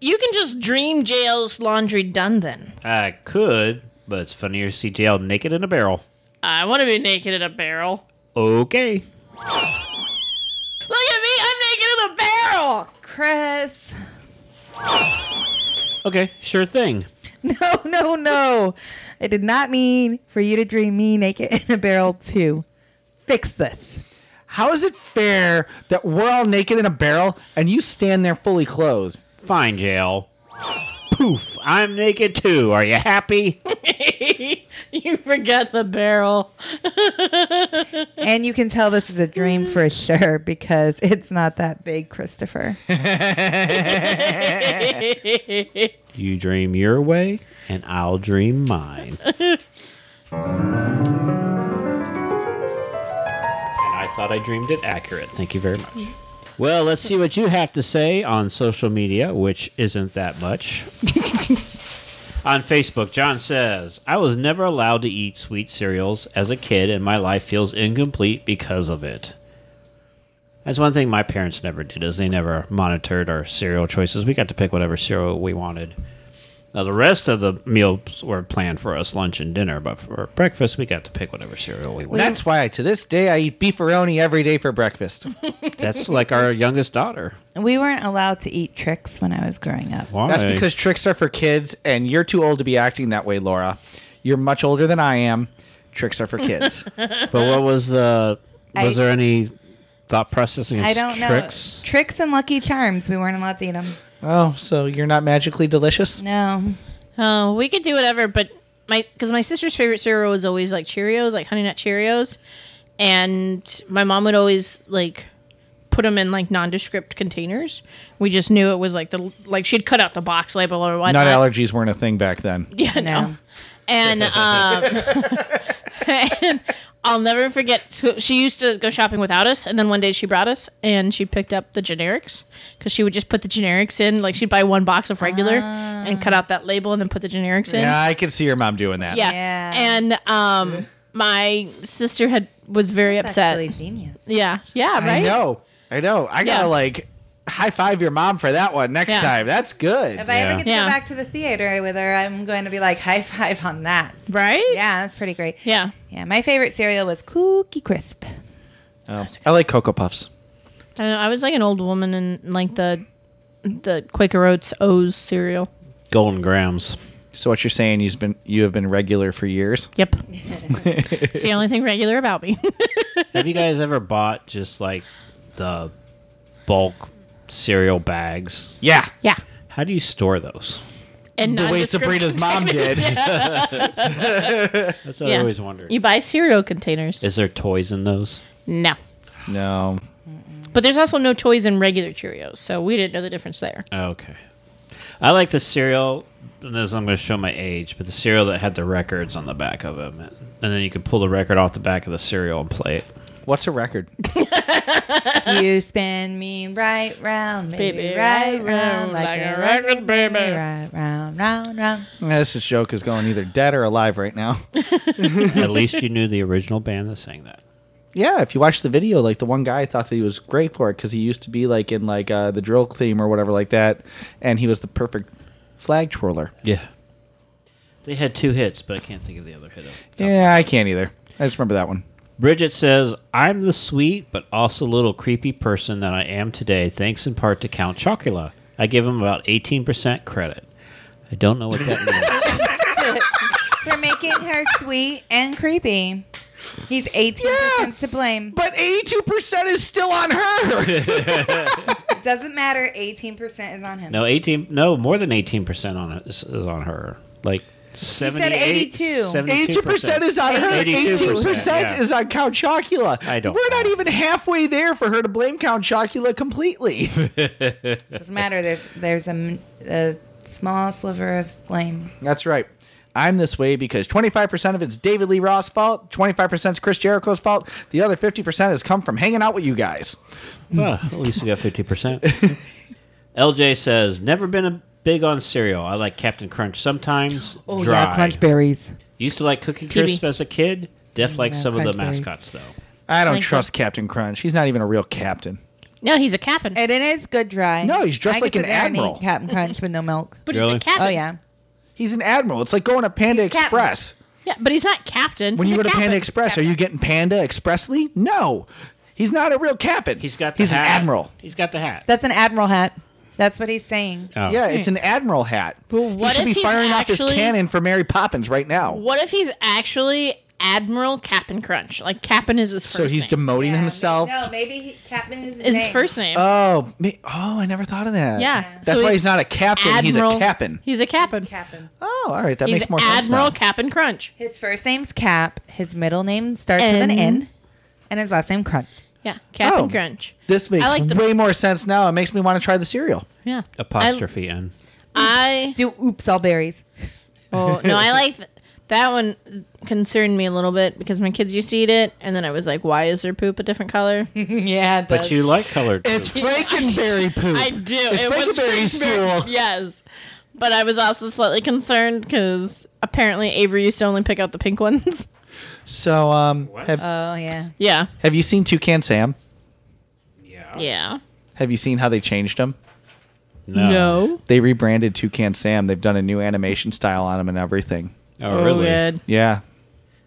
S4: you can just dream JL's laundry done then.
S2: I could, but it's funnier to see JL naked in a barrel.
S4: I want to be naked in a barrel.
S2: Okay.
S4: Look at me, I'm naked in a barrel!
S3: Chris.
S2: Okay, sure thing.
S3: No, no, no. I did not mean for you to dream me naked in a barrel too. Fix this.
S5: How is it fair that we're all naked in a barrel and you stand there fully clothed?
S2: Fine, JL. Poof, I'm naked too. Are you happy?
S4: you forget the barrel.
S3: And you can tell this is a dream for sure because it's not that big, Christopher.
S2: You dream your way, and I'll dream mine. and I thought I dreamed it accurate. Thank you very much. Well, let's see what you have to say on social media, which isn't that much. on Facebook, John says, I was never allowed to eat sweet cereals as a kid, and my life feels incomplete because of it. That's one thing my parents never did is they never monitored our cereal choices. We got to pick whatever cereal we wanted. Now the rest of the meals were planned for us, lunch and dinner, but for breakfast we got to pick whatever cereal we wanted.
S5: That's why to this day I eat beefaroni every day for breakfast.
S2: That's like our youngest daughter.
S3: We weren't allowed to eat tricks when I was growing up.
S2: Why?
S5: That's because tricks are for kids, and you're too old to be acting that way, Laura. You're much older than I am. Tricks are for kids.
S2: But what was the? Was
S3: I-
S2: there any thought processing?
S3: I don't
S2: tricks?
S3: know. Tricks and Lucky Charms. We weren't allowed to eat them.
S5: oh, so you're not magically delicious?
S3: No.
S4: Oh, we could do whatever, but my because my sister's favorite cereal was always like Cheerios, like Honey Nut Cheerios, and my mom would always like put them in like nondescript containers. We just knew it was like the like she'd cut out the box label or whatnot.
S5: Nut allergies weren't a thing back then.
S4: Yeah, no.
S3: No.
S4: And um, and I'll never forget. So she used to go shopping without us, and then one day she brought us, and she picked up the generics because she would just put the generics in. Like she'd buy one box of regular and cut out that label, and then put the generics in.
S5: Yeah, I could see your mom doing that.
S4: Yeah.
S3: Yeah.
S4: And um, my sister had was very upset.
S3: Really genius.
S4: Yeah. Yeah. Right.
S5: I know. I know. I gotta
S4: Yeah.
S5: like high five your mom for that one next
S4: Yeah.
S5: time. That's good.
S3: If I ever get to
S4: Yeah.
S3: go back to the theater with her, I'm going to be like high five on that.
S4: Right.
S3: Yeah, that's pretty great.
S4: Yeah.
S3: Yeah, my favorite cereal was Cookie Crisp.
S5: Oh, I like Cocoa Puffs.
S4: I, know, I was like an old woman in like the the Quaker Oats O's cereal.
S2: Golden grams.
S5: So what you're saying you've been you have been regular for years?
S4: Yep. it's the only thing regular about me.
S2: Have you guys ever bought just like the bulk cereal bags?
S5: Yeah.
S4: yeah.
S2: How do you store those?
S4: And
S5: The way
S4: nondescript
S5: Sabrina's mom
S4: containers.
S5: did.
S2: That's what
S4: Yeah.
S2: I always wondered.
S4: You buy cereal containers.
S2: Is there toys in those?
S4: no.
S5: No.
S4: But there's also no toys in regular Cheerios, so we didn't know the difference there.
S2: Okay. I like the cereal. And this, I'm going to show my age, but the cereal that had the records on the back of them, and then you could pull the record off the back of the cereal and play it.
S5: What's a record?
S3: you spin me right round, baby,
S4: Baby,
S3: right,
S4: right
S3: round,
S4: round,
S3: like,
S4: like
S3: a
S4: a
S3: record,
S4: record,
S3: baby.
S4: baby.
S3: Right round, round, round.
S5: Yeah, this is joke is going either dead or alive right now.
S2: At least you knew the original band that sang that.
S5: Yeah, if you watch the video, like the one guy thought that he was great for it because he used to be like in like uh, the drill theme or whatever like that, and he was the perfect flag twirler.
S2: Yeah. They had two hits, but I can't think of the other hit.
S5: Yeah, I can't either. I just remember that one.
S2: Bridget says, I'm the sweet but also little creepy person that I am today, thanks in part to Count Chocula. I give him about 18% credit. I don't know what that means.
S3: For making her sweet and creepy. He's 18% to blame.
S5: But eighty-two percent is still on her.
S3: It doesn't matter. 18% is on him.
S2: no, 18, no, more than 18% on it is, is on her. Like 78,
S3: 82.
S2: 72%.
S5: Eighty-two percent is on her.
S2: 82%,
S5: Eighteen percent
S2: yeah.
S5: is on Count Chocula.
S2: I don't
S5: We're not
S2: know.
S5: even halfway there for her to blame Count Chocula completely.
S3: doesn't matter. There's, there's a, m- a small sliver of blame.
S5: That's right. I'm this way because 25% of it's David Lee Roth's fault, 25% is Chris Jericho's fault, the other 50% has come from hanging out with you guys.
S2: Well, at least we got 50%. LJ says, Never been a big on cereal. I like Captain Crunch sometimes. Oh, dry.
S3: berries.
S2: Used to like Cookie
S4: PB.
S2: Crisp as a kid. Def likes some of the
S3: Crunch Berries.
S2: mascots, though.
S5: I don't
S4: Like
S5: trust Captain Crunch. He's not even a real captain.
S4: No, he's a captain.
S3: And it is good dry.
S5: No, he's dressed
S3: I could
S5: like an
S3: sit there and eat
S5: admiral.
S3: Captain Crunch with no milk.
S4: but
S2: Really?
S4: he's a captain.
S3: Oh, yeah.
S5: He's an admiral. It's like going to Panda
S3: captain.
S5: Express.
S4: Yeah, but he's not captain.
S5: When
S4: he's
S5: you
S4: a
S5: go to
S4: captain.
S5: Panda Express, are you getting Panda expressly? No. He's not a real captain.
S2: He's got the
S5: He's
S2: hat.
S5: an admiral.
S2: He's got the hat.
S3: That's an admiral hat. That's what he's saying.
S2: Oh.
S5: Yeah, it's an admiral hat. But
S4: what
S5: he should
S4: if
S5: be
S4: he's
S5: firing off
S4: actually-
S5: his cannon for Mary Poppins right now.
S4: What if he's actually Admiral Cap'n Crunch? Like Cap'n is his first
S5: So he's
S4: name.
S5: demoting himself.
S3: No, maybe he, Captain is his
S4: is
S3: name.
S4: his first name.
S5: Oh, ma- oh, I never thought of that.
S4: Yeah.
S5: That's
S4: So
S5: why
S4: he's
S5: he's not a captain. He's a captain.
S4: He's a captain.
S3: Captain.
S5: Oh, all right. That
S4: He's
S5: makes more
S4: Admiral
S5: sense.
S4: Cap'n Crunch.
S3: His first name's Cap. His middle name starts with an
S4: N.
S3: N, and his last name Crunch.
S4: Yeah, Cap'n
S5: Oh.
S4: Crunch.
S5: Now. This makes
S4: I like the-
S5: way more sense now. It makes me want to try the cereal.
S4: Yeah.
S2: Apostrophe N.
S4: I
S3: Do oops all berries.
S4: oh no, I like th- That one concerned me a little bit because my kids used to eat it, and then I was like, "Why is their poop a different color?"
S3: yeah, it
S2: But
S3: does.
S2: you like colored
S5: It's
S2: poop.
S5: Frankenberry poop.
S4: I do.
S5: It's Frankenberry
S4: Frankenberry-
S5: stool.
S4: Yes, but I was also slightly concerned because apparently Avery used to only pick out the pink ones.
S5: So, um, have,
S3: Oh yeah.
S4: yeah,
S5: have you seen Toucan Sam?
S4: yeah.
S5: Have you seen how they changed him?
S2: no.
S5: They rebranded Toucan Sam. They've done a new animation style on him and everything.
S2: Oh, really?
S4: good.
S5: Yeah.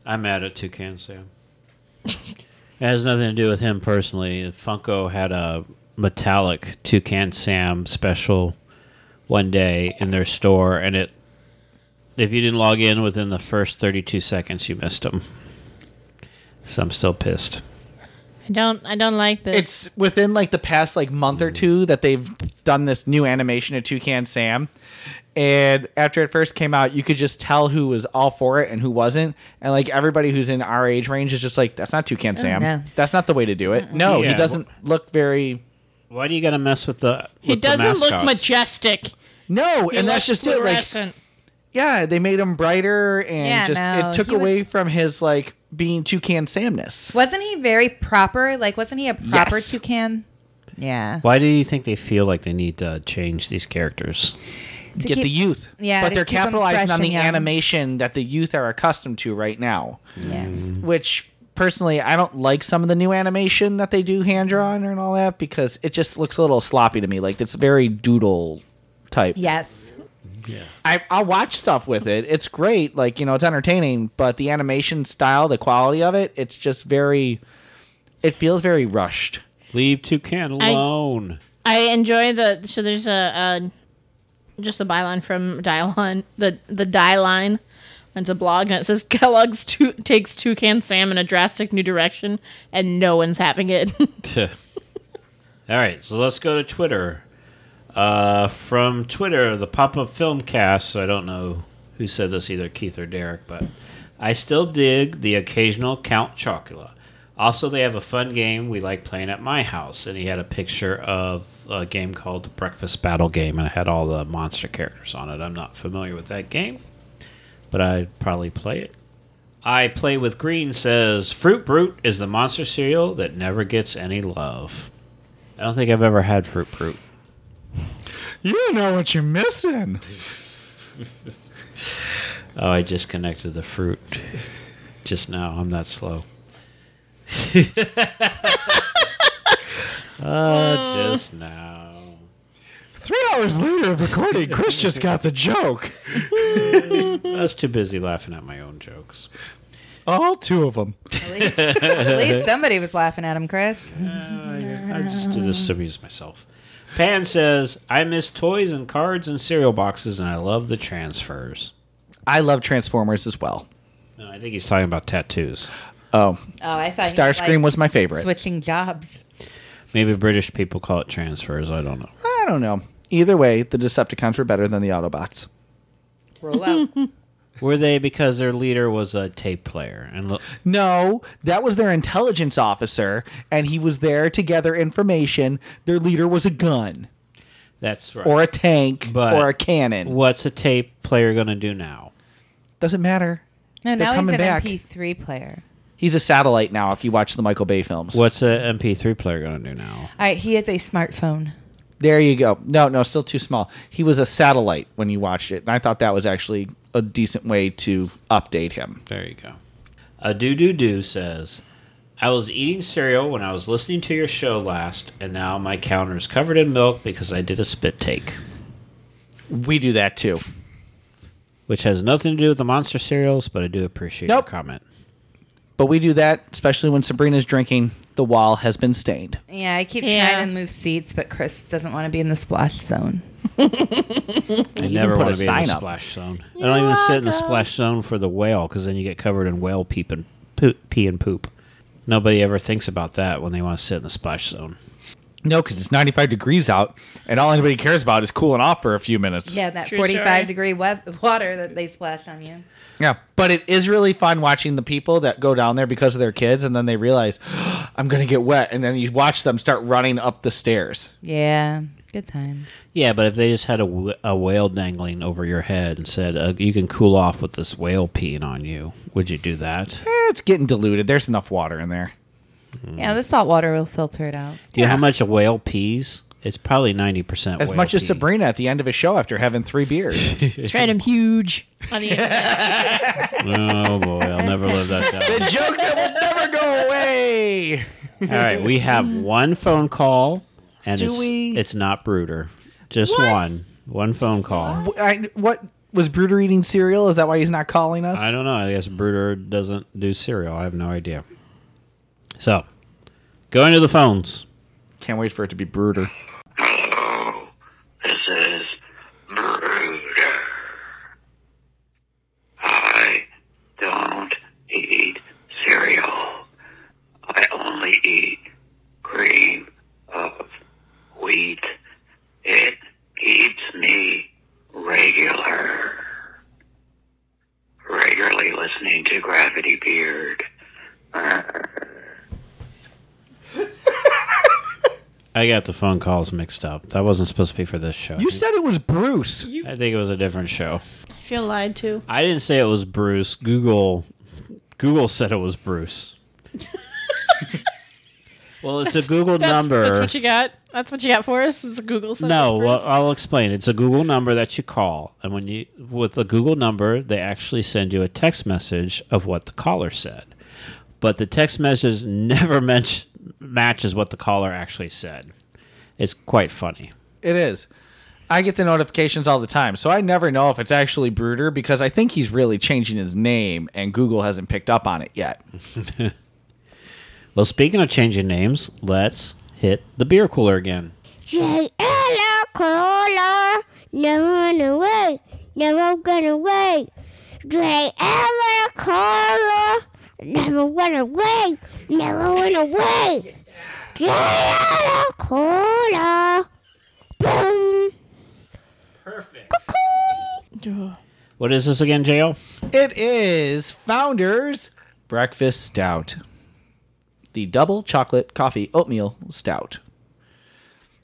S2: I'm mad at Toucan Sam. it has nothing to do with him personally. Funko had a metallic Toucan Sam special one day in their store, and it if you didn't log in within the first 32 seconds, you missed him. So I'm still pissed.
S4: I don't. I don't like this.
S5: It's within like the past like month or two that they've done this new animation of Toucan Sam. And after it first came out, you could just tell who was all for it and who wasn't. And like everybody who's in our age range is just like, that's not Toucan Sam.
S3: no.
S5: That's not the way to do it. No, he
S2: Yeah.
S5: doesn't look very.
S2: Why do you got to mess with the?
S4: he
S2: with the
S4: doesn't look
S2: mascots?
S4: majestic.
S5: No,
S4: He
S5: and that's
S4: looks
S5: just it. Like,
S4: fluorescent.
S5: yeah, they made him brighter and
S3: Yeah,
S5: just
S3: no,
S5: it took
S3: he was-
S5: away from his like being Toucan Samness.
S3: Wasn't he very proper? Like, wasn't he a proper
S5: Yes.
S3: toucan? Yeah.
S2: Why do you think they feel like they need to change these characters?
S3: To
S5: Get
S3: keep-
S5: the youth.
S3: Yeah,
S5: But
S3: to
S5: they're
S3: keep 'em fresh
S5: capitalizing on
S3: and
S5: the
S3: young.
S5: animation that the youth are accustomed to right now.
S3: Yeah.
S5: which personally I don't like some of the new animation that they do hand drawn and all that because it just looks a little sloppy to me. Like it's very doodle type.
S3: Yes.
S5: I, I'll watch stuff with it. It's great. Like, you know, it's entertaining, but the animation style, the quality of it, it's just very it feels very rushed.
S2: Leave Toucan
S4: I-
S2: alone.
S4: I enjoy the so there's a, a just a byline from Dylon the the die line. It's a blog and it says Kellogg's two, takes Toucan Sam in a drastic new direction and no one's having it.
S2: All right, so let's go to Twitter. Uh, from Twitter, the pop up film cast. So I don't know who said this either, Keith or Derek, but I still dig the occasional Count Chocula. Also, they have a fun game we like playing at my house, and he had a picture of a game called the Breakfast Battle Game, and it had all the monster characters on it. I'm not familiar with that game, but I'd probably play it. I Play With Green says Fruit Brute is the monster cereal that never gets any love. I don't think I've ever had Fruit Brute.
S7: You don't know what you're missing.
S2: Oh, I just connected the fruit just now. I'm that slow. uh, just now.
S7: Three hours later of recording, Chris just got the joke.
S2: I was too busy laughing at my own jokes.
S7: All two of them.
S3: At least somebody was laughing at him, Chris.
S2: I just do this to amuse myself. Pan says, I miss toys and cards and cereal boxes, and I love the transfers.
S5: I love Transformers as well.
S2: No, I think he's talking about tattoos.
S5: Oh.
S3: Oh, I thought
S5: Starscream was my favorite.
S3: switching jobs.
S2: Maybe British people call it transfers. I don't know.
S5: I don't know. Either way, the Decepticons were better than the Autobots.
S3: Roll out.
S2: Were they because their leader was a tape player? And l-
S5: No, that was their intelligence officer, and he was there to gather information. Their leader was a gun
S2: that's right.
S5: or a tank
S2: But-
S5: or a cannon.
S2: What's a tape player going to do now?
S5: Doesn't matter.
S3: No, now he's
S5: coming
S3: an
S5: back.
S3: MP3 player.
S5: He's a satellite now. If you watch the Michael Bay films,
S2: What's a MP3 player going to do now?
S3: All right, he is a smartphone.
S5: there you go. No, no, still too small. He was a satellite when you watched it, and I thought that was actually a decent way to update him.
S2: There you go. A doo doo doo says, I was eating cereal when I was listening to your show last, and now my counter is covered in milk because I did a spit take,
S5: We do that too.
S2: which has nothing to do with the monster cereals, but I do appreciate
S5: Nope.
S2: your comment.
S5: But we do that, especially when Sabrina's drinking. The wall has been stained.
S3: Yeah, I keep
S4: Yeah.
S3: trying to move seats, but Chris doesn't want to be in the splash zone.
S2: I never
S5: put
S2: want
S5: a
S2: to be in the
S5: sign up.
S2: splash zone. I don't even sit in the splash zone for the whale because then you get covered in whale peep and poop, pee and poop. Nobody ever thinks about that when they want to sit in the splash zone.
S7: No, because it's 95 degrees out, and all anybody cares about is cooling off for a few minutes.
S3: Yeah, that
S4: True
S3: 45
S4: story.
S3: degree wet- water that they splashed on you.
S5: Yeah, but it is really fun watching the people that go down there because of their kids, and then they realize I'm gonna get wet, and then you watch them start running up the stairs.
S3: Yeah. Good time.
S2: Yeah, but if they just had a, wh- a whale dangling over your head and said, uh, you can cool off with this whale peeing on you, would you do that?
S5: Eh, it's getting diluted. There's enough water in there.
S3: Yeah, the salt water will filter it out.
S2: Do you know how much a whale pees? It's probably 90%
S5: As
S2: whale
S5: much as
S2: pee.
S5: Sabrina at the end of a show after having three beers.
S4: Tried him huge on the internet.
S2: Oh, boy. I'll never live that down.
S5: joke that will never go away.
S2: All right. We have one phone call, and it's,
S5: we-
S2: it's not Brooder. Just one. One phone call.
S5: I, what was Bruder eating cereal? Is that why he's not calling us?
S2: I don't know. I guess Bruder doesn't do cereal. I have no idea. So, going to the phones.
S5: Can't wait for it to be Bruder.
S9: Hello, this is Bruder. I don't eat cereal. I only eat cream of wheat. It keeps me regular. Regularly listening to Gravity Beard.
S2: I got the phone calls mixed up. That wasn't supposed to be for this show.
S5: You said it was Bruce.
S2: I think it was a different show.
S4: I feel lied to.
S2: I didn't say it was Bruce. Google Google said it was Bruce. well, it's a Google
S4: That's,
S2: number.
S4: that's what you got. That's what you got for us. Is a Google search.
S2: no,
S4: for
S2: well, uh,
S4: us?
S2: I'll explain. It's a Google number that you call, and when you with the Google number, they actually send you a text message of what the caller said. But the text message never match, matches what the caller actually said. It's quite funny.
S5: It is. I get the notifications all the time, so I never know if it's actually Bruder because I think he's really changing his name and Google hasn't picked up on it yet.
S2: Well, speaking of changing names, let's hit the beer cooler again.
S10: Hello, caller. No run away. Never gonna wait. Drink hello, caller. Never run away. Never run away. Drink hello, caller. Boom.
S2: What is this again, JL?
S5: It is Founders Breakfast Stout. The double chocolate coffee oatmeal stout.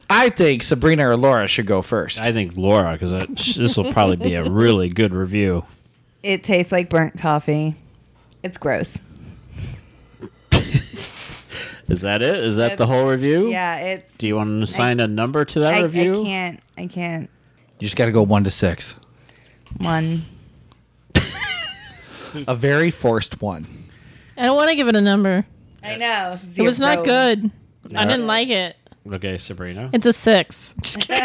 S5: I think Sabrina or Laura should go first.
S2: I think Laura, because this will probably be a really good review.
S3: It tastes like burnt coffee. It's gross.
S2: Is that it? Is that the whole review?
S3: Yeah, it's.
S2: Do you want to assign a number to that
S3: I, I
S2: review?
S3: can't. I can't.
S5: you just got to go one to six.
S3: One.
S5: A very forced one.
S4: I don't want to give it a number.
S3: I know.
S4: It was not good. I didn't like it.
S2: Okay, Sabrina.
S4: It's a six. Just kidding.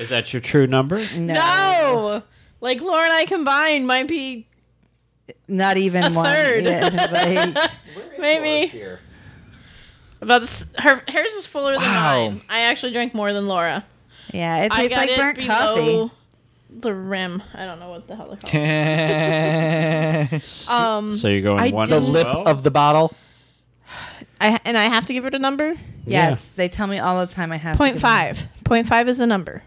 S2: Is that your true number?
S4: Mm.
S3: No.
S4: no. Like Laura and I combined might be
S3: Not even
S4: A
S3: one.
S4: third.
S3: Yeah, like-
S4: maybe about this, her hers is fuller than
S5: Wow.
S4: mine. I actually drank more than Laura.
S3: yeah, it
S4: I
S3: tastes
S4: got
S3: like
S4: it
S3: burnt
S4: below
S3: coffee.
S4: the rim. I don't know what the hell they're called.
S5: the
S4: Um,
S2: So you're going
S4: I
S2: one
S4: didn't-
S2: as
S5: lip
S2: well?
S5: of the bottle.
S4: I and I have to give it a number.
S3: Yes, they tell me all the time I have
S2: Mm-hmm.
S4: Point
S3: to-
S4: five. Point five is a number.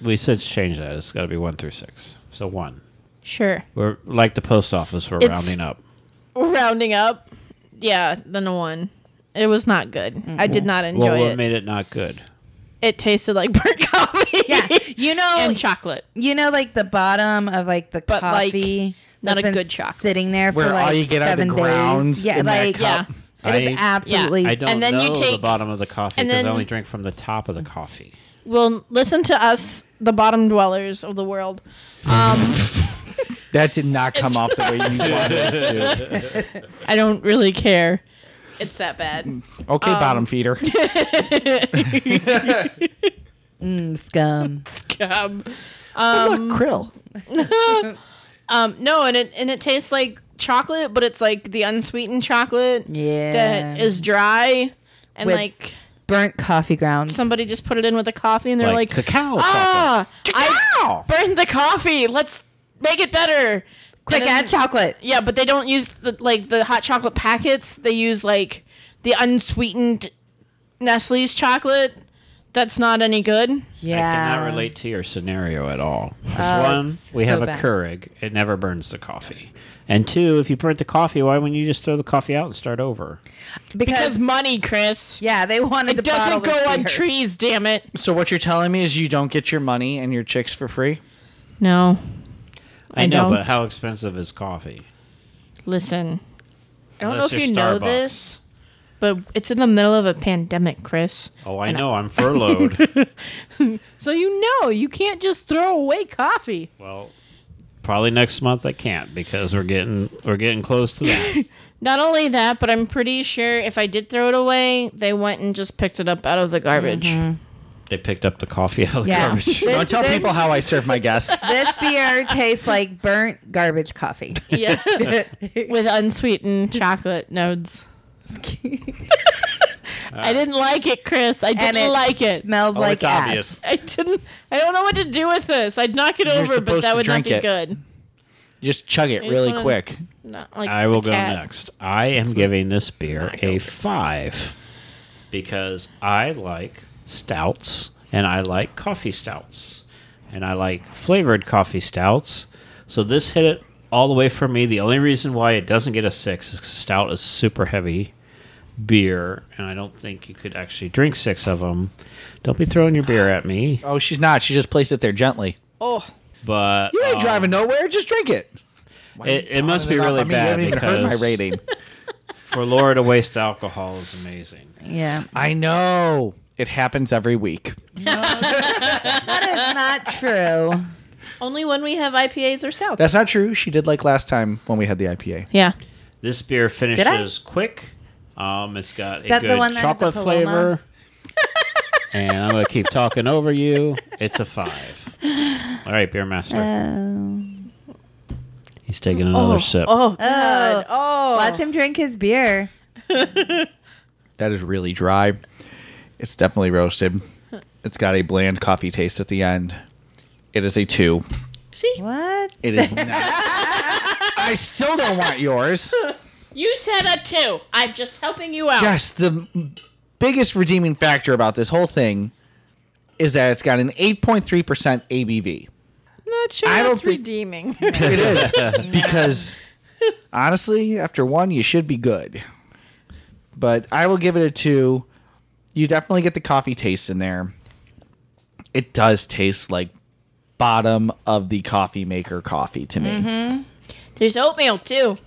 S2: We said change that. It's got to be one through six. So one.
S4: Sure.
S2: We're like the post office. We're
S4: It's-
S2: rounding up.
S4: Rounding up. Yeah, then a one. It was not good. I did not enjoy
S2: Mm-hmm. well, what
S4: it.
S2: made it not good?
S4: it tasted like burnt coffee.
S3: Yeah, you know,
S4: and chocolate.
S3: you know, like the bottom of like the
S4: But, like,
S3: coffee.
S4: not
S3: that's
S4: a
S3: been
S4: good chocolate.
S3: Sitting there for
S5: Where all
S3: like
S5: you get out of the
S3: seven
S5: grounds
S3: days. Yeah,
S5: in that
S3: like
S4: Yeah.
S3: yeah, it
S2: I-
S3: was absolutely.
S2: I don't
S4: And then
S2: know
S4: you
S2: the
S4: take-
S2: bottom of the coffee
S4: and
S2: because I
S4: then-
S2: only drink from the top of the coffee.
S4: Well, listen to us, the bottom dwellers of the world. Um,
S2: Mm-hmm.
S5: That did not come off the way you wanted it to.
S4: I don't really care. It's that bad.
S5: Okay, bottom feeder.
S3: Mm, scum.
S4: Um,
S5: Look, krill.
S4: um, no, and it and it tastes like chocolate, but it's like the unsweetened chocolate
S3: Yeah.
S4: that is dry and
S3: With-
S4: like
S3: burnt coffee grounds.
S4: somebody just put it in with a coffee and they're like,
S2: cacao.
S4: ah,
S5: Cacao!
S4: I burned the coffee. Let's make it better.
S3: Quick
S4: And then-
S3: add chocolate.
S4: Yeah, but they don't use the like the hot chocolate packets. They use like the unsweetened Nestle's chocolate That's not any good.
S3: Yeah.
S2: I cannot relate to your scenario at all.
S4: Uh,
S2: 'Cause
S3: Oh,
S2: one,
S3: it's
S2: we have
S3: so
S2: a
S3: bad.
S2: Keurig; it never burns the coffee. And two, if you burnt the coffee, why wouldn't you just throw the coffee out and start over?
S4: Because
S3: Because,
S4: money, Chris.
S3: yeah, they wanted to
S4: It doesn't go on
S3: trees.
S4: trees, damn it.
S5: So what you're telling me is you don't get your money and your chicks for free?
S4: No.
S2: I, know,
S4: don't.
S2: but how expensive is coffee?
S4: Listen. I don't
S2: Unless
S4: know if
S2: you're
S4: you know
S2: Starbucks.
S4: this, but it's in the middle of a pandemic, Chris.
S2: Oh, I know. I'm furloughed.
S4: So you know you can't just throw away coffee.
S2: well, probably next month I can't because we're getting we're getting close to that.
S4: Not only that, but I'm pretty sure if I did throw it away, they went and just picked it up out of the garbage.
S2: they picked up the coffee out of the
S3: Yeah.
S2: garbage.
S5: Don't tell
S3: this-
S5: people how I serve my guests.
S3: This beer tastes like burnt garbage coffee.
S4: Yeah. With unsweetened chocolate nodes. I didn't like it, Chris. I
S3: And
S4: didn't
S3: it
S4: like it.
S3: Smells
S2: Oh,
S3: like
S5: it's
S3: ass.
S5: obvious.
S4: I didn't. I don't know what to do with this. I'd knock it over, but
S5: supposed
S4: that
S5: to
S4: would not
S5: drink
S4: be
S5: it.
S4: good.
S5: Just chug it
S4: just
S5: really
S4: wanna-
S5: quick.
S4: Not like
S2: I will
S4: the
S2: go
S4: cat.
S2: next. I am giving this beer a five because I like stouts and I like coffee stouts and I like flavored coffee stouts. So this hit it all the way for me. The only reason why it doesn't get a six is 'cause stout is super heavy beer and I don't think you could actually drink six of them. Don't be throwing your beer at me.
S5: Oh, she's not. She just placed it there gently.
S4: Oh,
S2: But
S5: You ain't
S2: um,
S5: driving nowhere. Just drink it.
S2: it, it must be
S5: Enough.
S2: really
S5: I mean, You
S2: bad
S5: haven't even
S2: because
S5: heard my rating.
S2: for Laura to waste alcohol is amazing.
S3: Yeah.
S5: I know. It happens every week.
S3: That is not true.
S4: only when we have IPAs or stouts.
S5: That's not true. She did like last time when we had the IPA.
S4: yeah.
S2: This beer
S3: I?
S2: finishes quick. Um, it's got a
S3: that the
S2: good
S3: one that had the
S2: chocolate
S3: Paloma?
S2: flavor. and I'm gonna keep talking over you. It's a five. All right, beer master.
S3: Uh, Oh.
S2: He's taking another sip.
S4: Oh, God. Oh.
S3: Watch him drink his beer.
S5: That is really dry. It's definitely roasted. It's got a bland coffee taste at the end. It is a two.
S4: See,
S3: What?
S5: It is not. I still don't want yours.
S4: you said a two. I'm just helping you out.
S5: Yes, the m- biggest redeeming factor about this whole thing is that it's got an 8.3% ABV.
S4: Not sure.
S5: I don't
S4: that's
S5: think-
S4: redeeming.
S5: It is because honestly, after one, you should be good. But I will give it a two. You definitely get the coffee taste in there. It does taste like bottom of the coffee maker coffee to me.
S4: There's oatmeal too.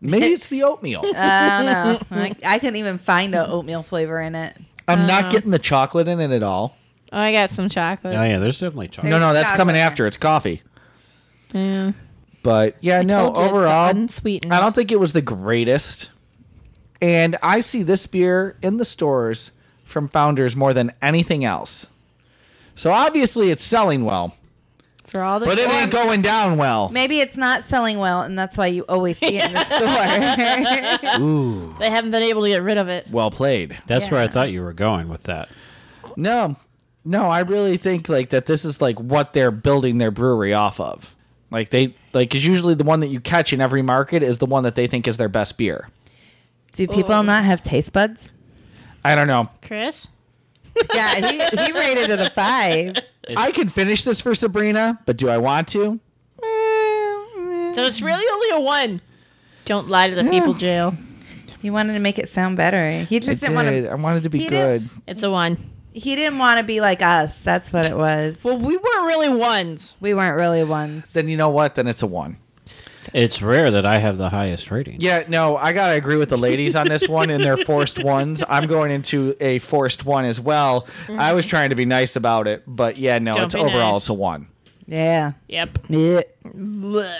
S5: Maybe it's the oatmeal.
S3: I, I couldn't even find a oatmeal flavor in it.
S5: I'm not getting the chocolate in it at all.
S4: Oh, I got some chocolate.
S2: Oh yeah, there's definitely chocolate.
S5: No, no, that's
S3: chocolate
S5: coming
S3: in there.
S5: after. It's coffee.
S4: Yeah.
S5: But yeah, no,
S4: told you it's
S5: overall,
S4: unsweetened.
S5: I don't think it was the greatest. And I see this beer in the stores from Founders more than anything else. So obviously it's selling well,
S4: For all the
S5: but it ain't going down well.
S3: Maybe it's not selling well, and that's why you always see it in the store.
S5: Ooh,
S4: they haven't been able to get rid of it.
S5: well played.
S2: That's where I thought you were going with that.
S5: No, no, I really think like that. This is like what they're building their brewery off of. Like they like is usually the one that you catch in every market is the one that they think is their best beer.
S3: Do people not have taste buds?
S5: I don't know.
S4: Chris?
S3: Yeah, he, he rated it a five.
S5: I can finish this for Sabrina, but do I want to?
S4: So it's really only a one. Don't lie to the people, jail.
S3: He wanted to make it sound better. He just didn't want to.
S5: I wanted to be
S3: He
S5: good.
S3: didn't-
S4: It's a one.
S3: He didn't want to be like us. That's what it was.
S4: Well, we weren't really ones.
S3: We weren't really ones.
S5: Then you know what? Then it's a one.
S2: It's rare that I have the highest rating.
S5: Yeah, no, I gotta agree with the ladies on this one and their forced ones. I'm going into a forced one as well. I was trying to be nice about it, but yeah, no,
S4: Mm-hmm. Don't
S5: it's
S4: be
S5: overall
S4: nice.
S5: it's a one.
S3: Yeah.
S4: Yep.
S3: Yeah.
S4: Blech.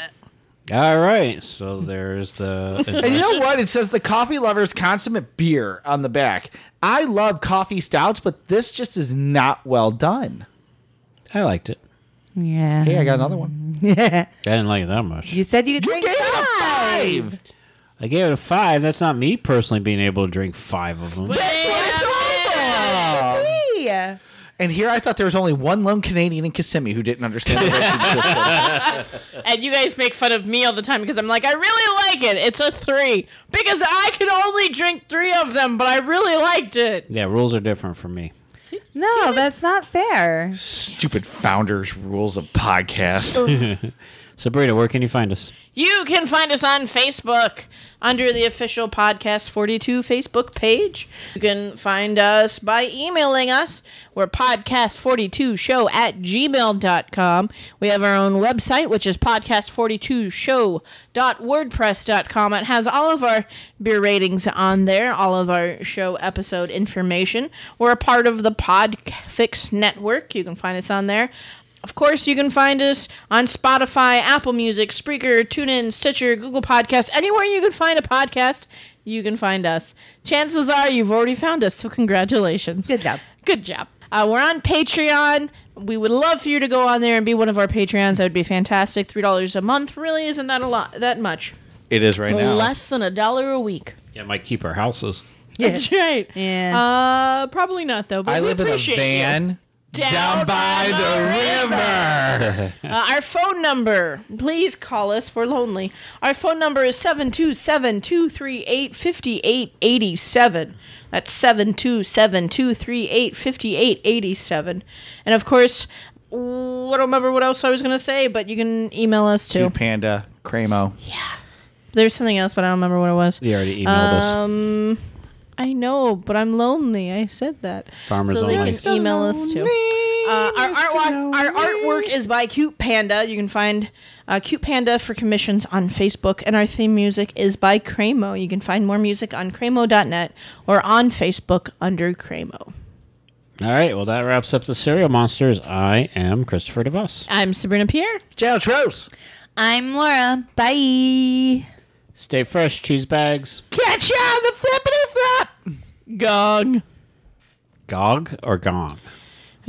S2: All right, so there's the.
S5: And you know what? It says the coffee lover's consummate beer on the back. I love coffee stouts, but this just is not well done.
S2: I liked it.
S3: Yeah.
S5: Hey, I got another one.
S2: I didn't like it that much.
S3: You said you
S4: Mm.
S3: could
S5: You
S3: drink
S5: gave it a
S3: five.
S5: five.
S2: I gave it a five. That's not me personally being able to drink five of them.
S5: Oh.
S3: Yeah.
S5: And here I thought there was only one lone Canadian in Kissimmee who didn't understand the rating system.
S4: And you guys make fun of me all the time because I'm like, I really like it. It's a three. Because I could only drink three of them, but I really liked it.
S2: Yeah, rules are different for me.
S4: See?
S3: No, that's not fair.
S7: Stupid founders rules of podcast.
S2: Sabrina, where can you find us?
S4: You can find us on Facebook under the official Podcast 42 Facebook page. You can find us by emailing us. We're podcast42show at gmail.com. We have our own website, which is podcast42show.wordpress.com. It has all of our beer ratings on there, all of our show episode information. We're a part of the Podfix Network. You can find us on there. Of course, you can find us on Spotify, Apple Music, Spreaker, TuneIn, Stitcher, Google Podcasts, anywhere you can find a podcast, you can find us. Chances are you've already found us, so congratulations.
S3: Good job.
S4: Good job. Uh, we're on Patreon. We would love for you to go on there and be one of our Patreons. That would be fantastic. Three dollars a month really isn't that a lot that much.
S7: it is right now.
S4: Less than a dollar a week.
S2: Yeah, might keep our houses.
S4: That's right.
S3: Yeah.
S4: Uh, probably not though. But
S7: I
S4: we
S7: live in a
S4: appreciate you.
S7: van
S4: Down,
S7: down by the river.
S4: Uh, our phone number, please call us. We're lonely. Our phone number is 727 238 5887. That's 727 238 5887. And of course, w- I don't remember what else I was going to say, but you can email us too.
S7: Two Panda, Cremo.
S4: There's something else, but I don't remember what it was.
S2: They already emailed us.
S4: Um, I know, but I'm lonely. I said that.
S2: Farmers
S4: so they
S2: only.
S4: can email us too. Uh, our, artwork, our artwork is by Cute Panda. You can find uh, Cute Panda for commissions on Facebook, and our theme music is by Cremo. You can find more music on cremo.net or on Facebook under Cremo.
S2: All right, well, that wraps up the Serial Monsters. I am Christopher DeVos.
S4: I'm Sabrina Pierre.
S5: Jail Trose.
S3: I'm Laura. Bye.
S2: Stay fresh, cheese bags.
S5: Catch you on the flippity flop.
S4: Gong.
S2: Gog or gong?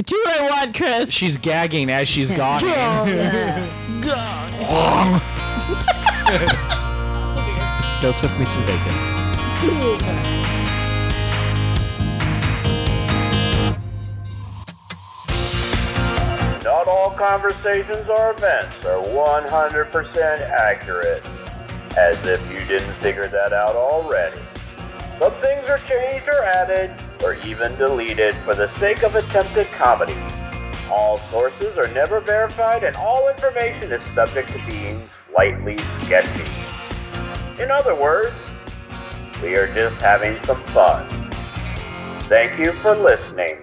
S4: Do what I want, Chris. Oh.
S5: She's gagging as she's gone.
S2: Go cook me some bacon.
S11: Not all conversations or events are 100% accurate, as if you didn't figure that out already. Some things are changed or added, or even deleted for the sake of attempted comedy. All sources are never verified, and all information is subject to being slightly sketchy. In other words, we are just having some fun. Thank you for listening.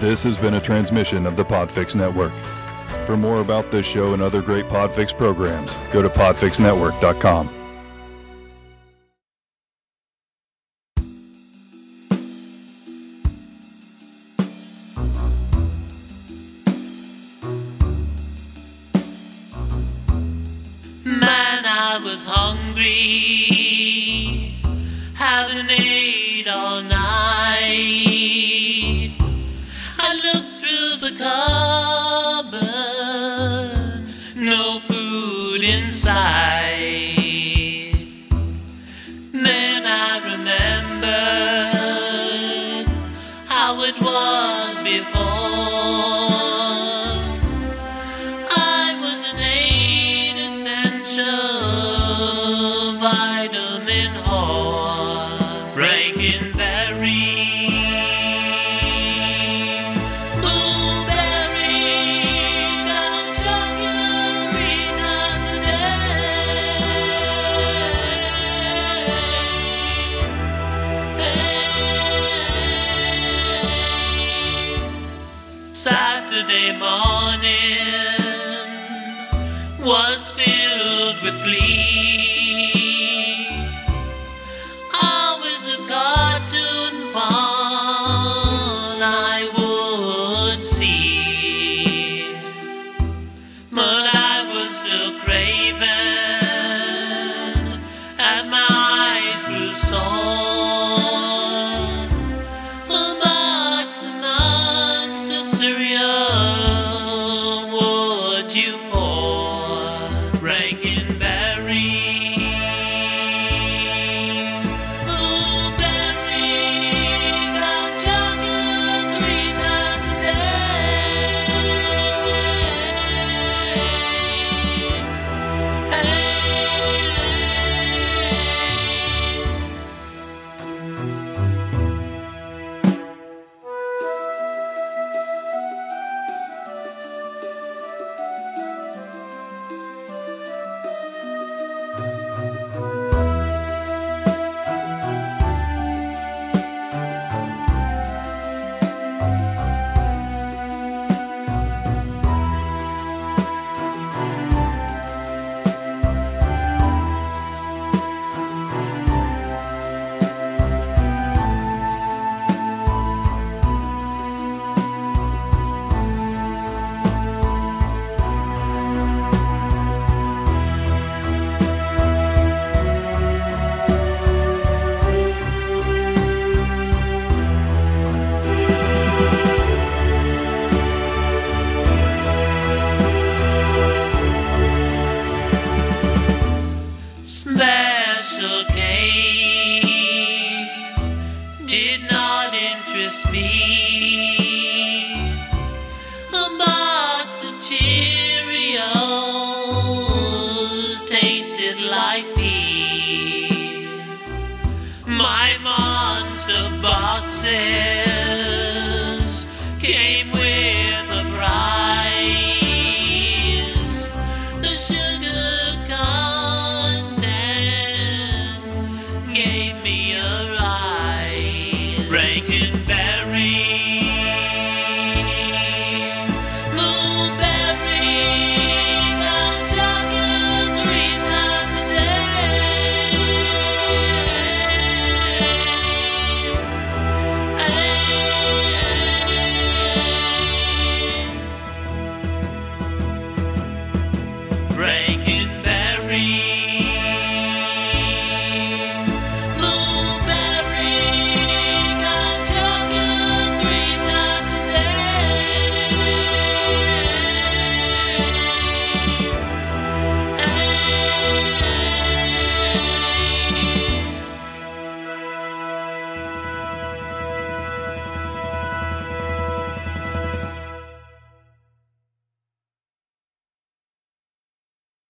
S12: This has been a transmission of the Podfix Network. For more about this show and other great Podfix programs, go to podfixnetwork.com.
S6: Man, I was hungry, haven't ate all night. I looked through the cupboard, no food inside. Then I remembered how it was before. I was an aid essential vitamin whore. Frankenberry. Blueberry. Now chocolate three times a day. Hey. Saturday morning was filled with glee. Hours of cartoon fun I would see, but I was still craving as my eyes grew sore. Box and monster cereal would you pour? Frankenberry. Blueberry, dark chocolate three times a day.
S5: my mom.